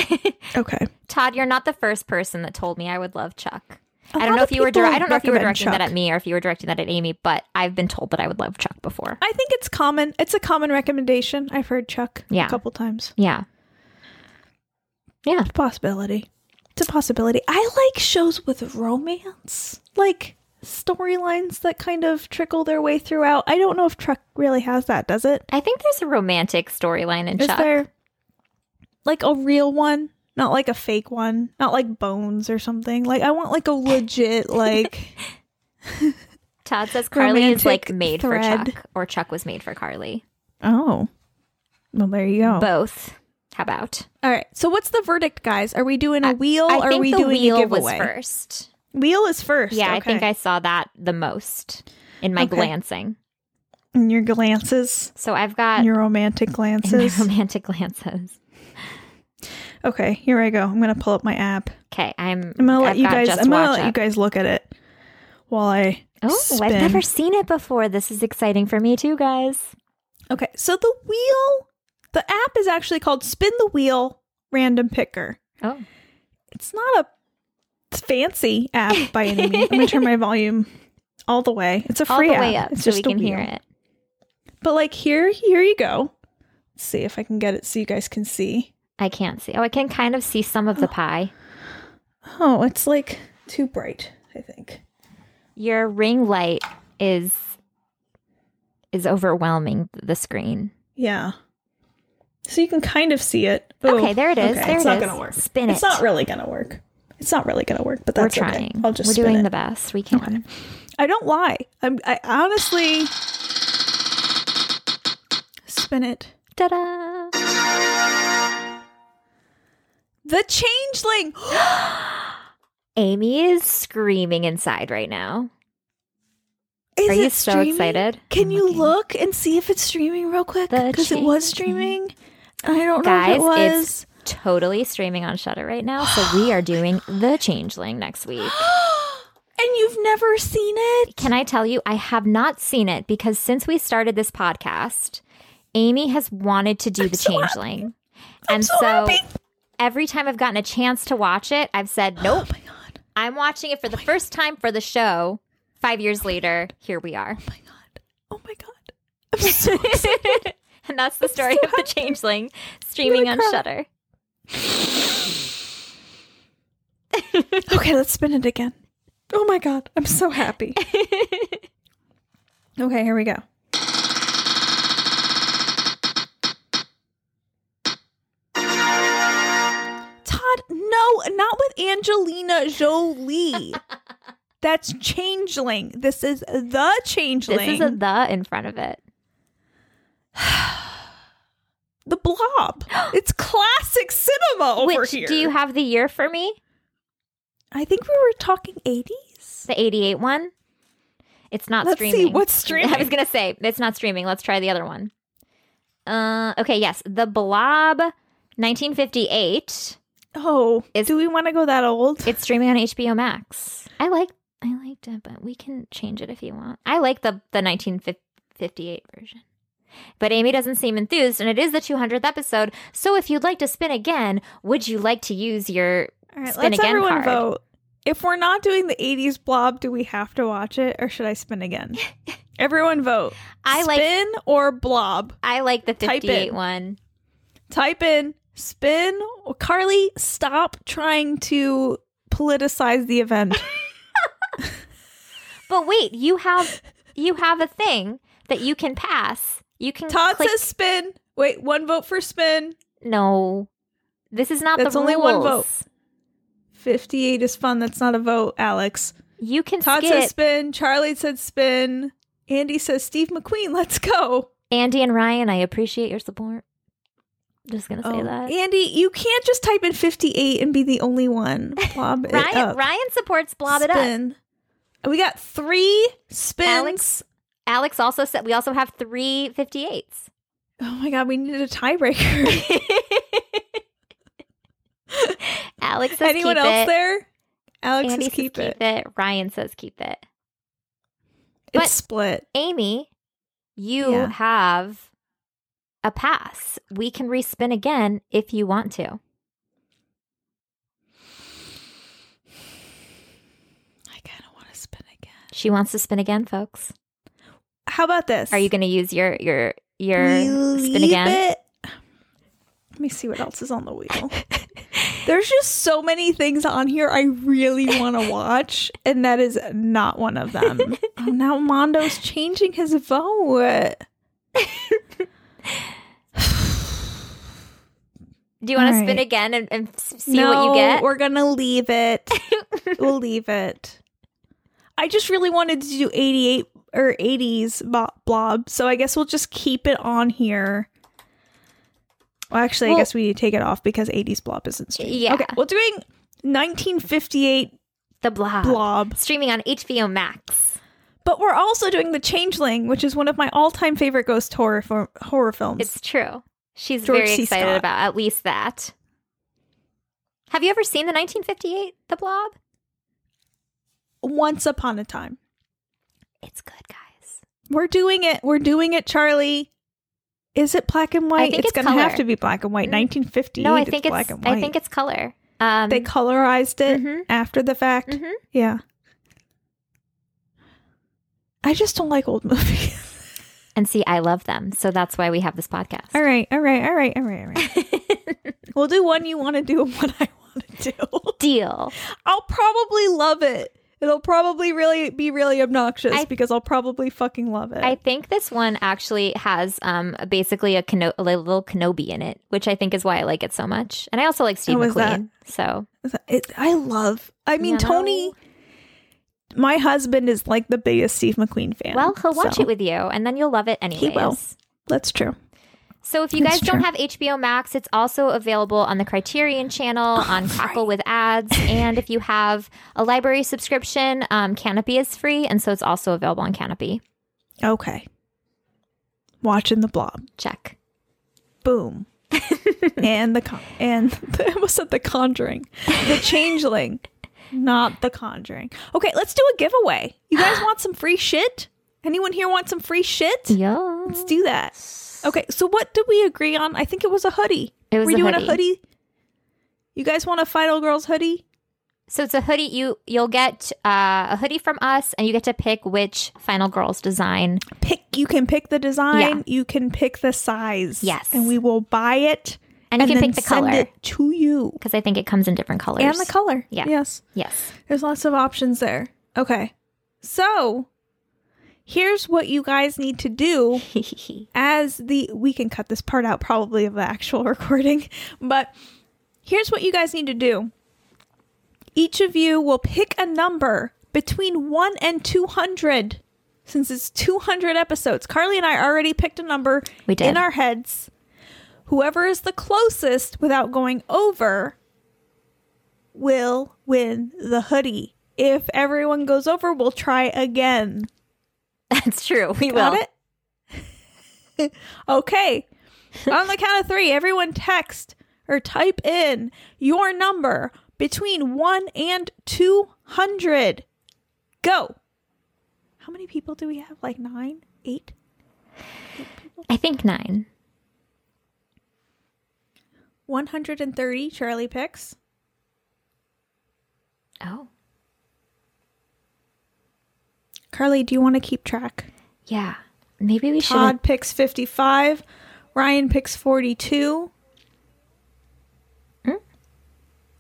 S3: okay
S4: Todd, you're not the first person that told me I would love Chuck.
S3: I
S4: I don't know if you were dir- I don't know if you were directing that at me or if you were directing that at Amy, but I've been told that I would love Chuck before.
S3: i think it's common it's a common recommendation i've heard chuck
S4: Yeah.
S3: a couple times
S4: Yeah. Yeah.
S3: possibility it's a possibility i like shows with romance like storylines that kind of trickle their way throughout i don't know if truck really has that does it
S4: I think there's a romantic storyline in
S3: is
S4: Chuck.
S3: there like a real one not like a fake one not like bones or something like i want like a legit like
S4: Todd says Carly is like
S3: romantic
S4: made
S3: thread.
S4: for Chuck or Chuck was made for Carly.
S3: oh well there you
S4: Oh.
S3: go
S4: Both. How about?
S3: all right so what's the verdict guys are we doing a wheel
S4: I
S3: or are
S4: think
S3: we
S4: the
S3: doing
S4: wheel
S3: a
S4: was
S3: giveaway
S4: first.
S3: wheel is first
S4: Yeah, I think
S3: okay.
S4: I saw that the most in my
S3: Okay.
S4: glancing.
S3: and your glances
S4: So I've got
S3: your romantic
S4: in my
S3: glances
S4: romantic glances.
S3: Okay, here I go. I'm gonna pull up my app.
S4: Okay, I'm.
S3: I'm gonna
S4: Mm, I've
S3: let you
S4: got
S3: guys.
S4: Just
S3: I'm gonna
S4: Watch
S3: let you
S4: up.
S3: guys look at it while I.
S4: Oh,
S3: spin.
S4: I've never seen it before. This is exciting for me too, guys.
S3: Okay, so the wheel, the app is actually called Spin the Wheel Random Picker.
S4: Oh,
S3: It's not a fancy app by any means. I'm gonna turn my volume all the way. It's a
S4: all
S3: free
S4: the way
S3: app.
S4: up
S3: it's
S4: so
S3: just
S4: we
S3: a
S4: can hear
S3: wheel.
S4: it.
S3: But like here, here you go. Let's see if I can get it so you guys can see.
S4: I can't see. Oh, I can kind of see some of the pie.
S3: Oh, it's like too bright. I think.
S4: your ring light is is overwhelming the screen.
S3: Yeah. So you can kind of see it. Ooh,
S4: okay, there it is.
S3: okay.
S4: There
S2: it's
S4: it
S2: not
S4: is.
S2: gonna work.
S4: Spin it.
S3: It's not really gonna work. It's not really gonna work, but
S4: We're
S3: that's okay.
S4: trying.
S3: I'll just
S4: We're
S3: spin
S4: doing
S3: it.
S4: the best we can.
S3: I don't lie. I'm, I honestly spin it.
S4: Ta-da!
S3: The changeling.
S4: Amy is screaming inside right now.
S3: Is
S4: Are you
S3: it
S4: so
S3: streaming?
S4: excited?
S3: Can
S4: I'm
S3: you
S4: looking.
S3: look and see if it's streaming real quick?
S4: The
S3: Because it was
S4: changeling.
S3: streaming. I don't know if
S4: Guys,
S3: it was.
S4: it's- Totally streaming on Shutter right now, so we are doing The Changeling next week.
S3: and you've never seen it?
S4: Can I tell you, I have not seen it because since we started this podcast, Amy has wanted to do The Changeling. and so, every time I've gotten a chance to watch it, I've said, nope,
S3: Oh my god.
S4: I'm watching it for the
S3: Oh
S4: first time for the show. Five years later, here we are.
S3: Oh my god. Oh my god. I'm so
S4: and that's the story of The Changeling streaming on Shutter.
S3: Okay, let's spin it again. Oh my god, I'm so happy. okay, here we go. Todd, no, not with Angelina Jolie. That's Changeling. This is the Changeling.
S4: This is a the in front of it.
S3: the blob. It's classic cinema over
S4: Which
S3: Oh, here.
S4: do you have the year for me?
S3: I think we were talking 80s.
S4: The 88 one? It's not
S3: Let's
S4: streaming.
S3: see what's streaming.
S4: I was going to say it's not streaming. Let's try the other one. Uh okay, yes. The Blob 1958.
S3: Oh,
S4: Is-
S3: do we want to go that old?
S4: It's streaming on HBO Max. I like I liked it, but we can change it if you want. I like the the 1958 version. But Amy doesn't seem enthused, and it is the 200th episode. So if you'd like to spin again, would you like to use your
S3: All right,
S4: spin
S3: let's
S4: again
S3: everyone
S4: card?
S3: vote. If we're not doing the 80s blob, do we have to watch it or should I spin again? everyone vote.
S4: I like-
S3: spin or blob.
S4: I like the
S3: Type in.
S4: 58 one.
S3: Type in spin. Carly, stop trying to politicize the event.
S4: But wait, you have you have a thing that you can pass. You can
S3: Todd
S4: click
S3: says spin. Wait, one vote for spin.
S4: no. This is not
S3: That's
S4: the
S3: only one
S4: rules.
S3: vote. 58 is fun. That's not a vote, Alex.
S4: You can
S3: Todd
S4: skip.
S3: says spin. Charlie said spin. Andy says Steve McQueen. Let's go.
S4: Andy and Ryan, I appreciate your support. Just gonna say
S3: Oh,
S4: that.
S3: Andy, you can't just type in 58 and be the only one. Blob it
S4: Ryan
S3: up.
S4: Ryan supports blob it up.
S3: uh, Spin. We got three spins.
S4: Alex- Alex also said we also have three 58s.
S3: Oh my god, we needed a tiebreaker.
S4: Alex says
S3: Anyone
S4: keep
S3: else
S4: it.
S3: there? Alex
S4: Andy
S3: says keep
S4: says
S3: it.
S4: keep it. Ryan says keep it. But-
S3: It's split.
S4: Amy, you
S3: Yeah.
S4: have a pass. We can respin again if you want to.
S3: I kind of want to spin again.
S4: She wants to spin again, folks.
S3: How about this?
S4: Are you going to use your your your
S3: We
S4: spin
S3: leave
S4: again?
S3: it- Let me see what else is on the wheel. There's just so many things on here I really want to watch, and that is not one of them. oh, now Mondo's changing his vote.
S4: Do you want to
S3: All
S4: spin
S3: right.
S4: again and, and s- see what you get?
S3: We're gonna leave it. we'll leave it. I just really wanted to do 88 or 80s bo- blob, so I guess we'll just keep it on here. Well, actually, I
S4: Well-
S3: guess we need to take it off because 80s blob isn't streaming.
S4: Yeah.
S3: Okay, we're doing 1958
S4: the blob.
S3: blob,
S4: streaming on HBO Max.
S3: but we're also doing The Changeling, which is one of my all-time favorite ghost horror for- horror films.
S4: It's true. She's
S3: George
S4: very
S3: C.
S4: excited
S3: Scott.
S4: about at least that. Have you ever seen the 1958 The Blob?
S3: Once Upon a Time.
S4: It's good, guys.
S3: We're doing it. We're doing it, Charlie. Is it black and white?
S4: think
S3: it's,
S4: it's
S3: gonna have
S4: color.
S3: to be black and white.
S4: Mm.
S3: 1950.
S4: no, I think it's,
S3: black and white.
S4: I think it's color. Um,
S3: they colorized it
S4: Mhm.
S3: after the fact.
S4: mhm.
S3: Yeah. I just don't like old movies.
S4: And see, I love them, so that's why we have this podcast.
S3: all right, all right, all right, all right, all right. we'll do one you want to do and one I want to do.
S4: Deal.
S3: I'll probably love it. It'll probably really be really obnoxious
S4: I-
S3: because I'll probably fucking love it.
S4: I think this one actually has um basically a, Keno- a little Kenobi in it, which I think is why I like it so much. And I also like Steve
S3: Oh, is that-
S4: McQueen. So
S3: it, I love. I mean,
S4: You
S3: Tony. My husband is like the biggest Steve McQueen fan.
S4: well, he'll watch
S3: so
S4: it with you, and then you'll love it anyways.
S3: will. That's true.
S4: So if you
S3: That's
S4: guys don't
S3: true.
S4: have HBO Max, it's also available on the Criterion Channel,
S3: Oh,
S4: on Crackle with ads, and if you have a library subscription, um, Canopy is free, and so it's also available on Canopy.
S3: Okay. Watching the blob.
S4: Check.
S3: Boom. and the con- and the, I almost said the Conjuring, the Changeling, not the Conjuring. Okay, let's do a giveaway. You guys want some free shit? Anyone here want some free shit?
S4: Yeah.
S3: Let's do that. Okay, so what did we agree on? I think it was a hoodie.
S4: It was
S3: We're
S4: a
S3: doing
S4: hoodie.
S3: a hoodie. You guys want a Final Girls hoodie?
S4: So it's a hoodie. You you'll get uh, a hoodie from us, and you get to pick which Final Girls design.
S3: Pick. You can pick the design. You can pick the size.
S4: Yes.
S3: and we will buy it.
S4: And you can
S3: then
S4: pick the
S3: send
S4: color.
S3: it to you
S4: because I think it comes in different colors.
S3: and the color.
S4: Yeah.
S3: Yes.
S4: yes.
S3: There's lots of options there. Okay. So here's what you guys need to do as the we can cut this part out probably of the actual recording, but here's what you guys need to do. Each of you will pick a number between 1 and 200 since it's 200 episodes. Carly and I already picked a number
S4: We did.
S3: in our heads. Whoever is the closest without going over will win the hoodie. If everyone goes over, we'll try again.
S4: That's true. We
S3: Got
S4: will.
S3: it? okay. On the count of three, everyone text or type in your number between one and 200. Go. How many people do we have? Like nine? Eight?
S4: I think nine.
S3: 130 Charlie picks.
S4: Oh,
S3: Carly, do you want to keep track?
S4: yeah. Maybe we should.
S3: Todd picks 55. Ryan picks 42.
S4: Hmm?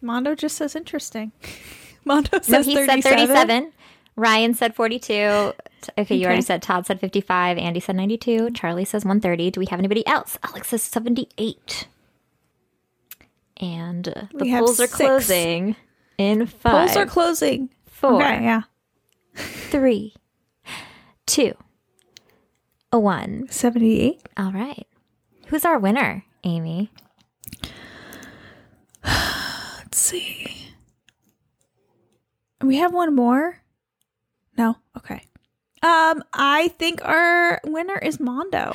S3: Mondo just says interesting. Mondo
S4: No,
S3: says
S4: he
S3: 37.
S4: said thirty-seven. Ryan said forty-two. Okay, you
S3: Okay. Mm-hmm.
S4: already said Todd said fifty-five. Andy said ninety-two. Charlie says one thirty. Do we have anybody else? Alex says seventy-eight. And uh, the
S3: We have
S4: polls are
S3: six.
S4: closing in five,
S3: Polls are closing.
S4: four,
S3: Okay, yeah.
S4: three, two, a one.
S3: 78.
S4: All right. Who's our winner, Amy?
S3: Let's see. We have one more? No. Okay. Um, I think our winner is Mondo.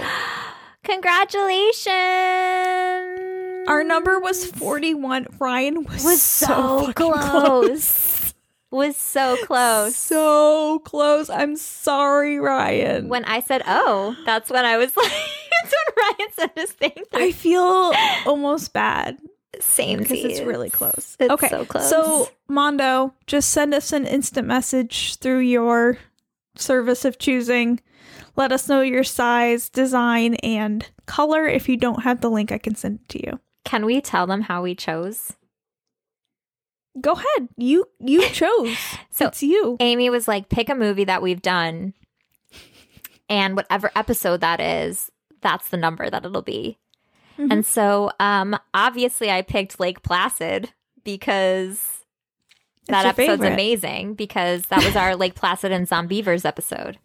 S4: Congratulations!
S3: Our number was 41. Ryan was,
S4: was
S3: so,
S4: so,
S3: fucking
S4: close. was so close.
S3: So close. I'm sorry, Ryan.
S4: When I said, "Oh," that's when I was like, "That's when Ryan said his thing."
S3: I feel almost bad
S4: Same
S3: because it's really close.
S4: It's
S3: okay,
S4: so close.
S3: So Mondo, just send us an instant message through your service of choosing. Let us know your size, design, and color. If you don't have the link, I can send it to you.
S4: Can we tell them how we chose?
S3: Go ahead. You you chose.
S4: So
S3: it's you.
S4: Amy was like, "Pick a movie that we've done, and whatever episode that is, that's the number that it'll be."
S3: Mhm.
S4: And so, um, obviously, I picked Lake Placid because
S3: It's
S4: that
S3: your
S4: episode's
S3: favorite.
S4: amazing because that was our Lake Placid and Zombievers episode.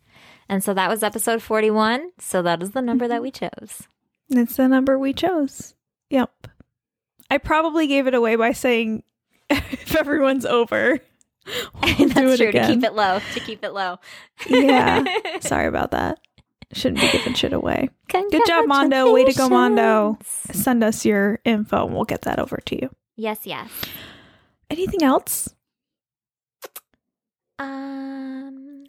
S4: And so that was episode 41. So that is the number that we
S3: Mm-hmm.
S4: chose.
S3: It's the number we chose. Yep. I probably gave it away by saying if everyone's over. we'll do
S4: That's
S3: it
S4: true to
S3: again.
S4: keep it low, to keep it low.
S3: yeah. Sorry about that. Shouldn't be giving shit away. Good job, Mondo. Way to go, Mondo.
S4: Congratulations.
S3: Send us your info and we'll get that over to you.
S4: Yes, yes.
S3: Anything else?
S4: Um,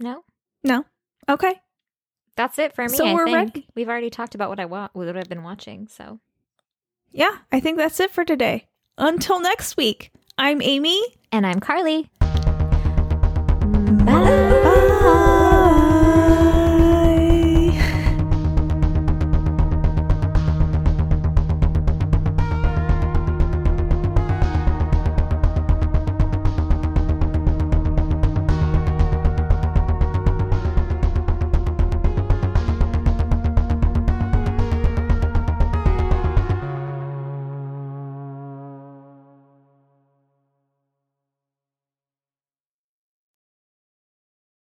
S4: no,
S3: No. Okay.
S4: that's it for me.
S3: So
S4: I
S3: we're
S4: think.
S3: ready.
S4: We've already talked about what I want, what I've been watching. So
S3: Yeah, I think that's it for today. Until next week, I'm Amy.
S4: and I'm Carly.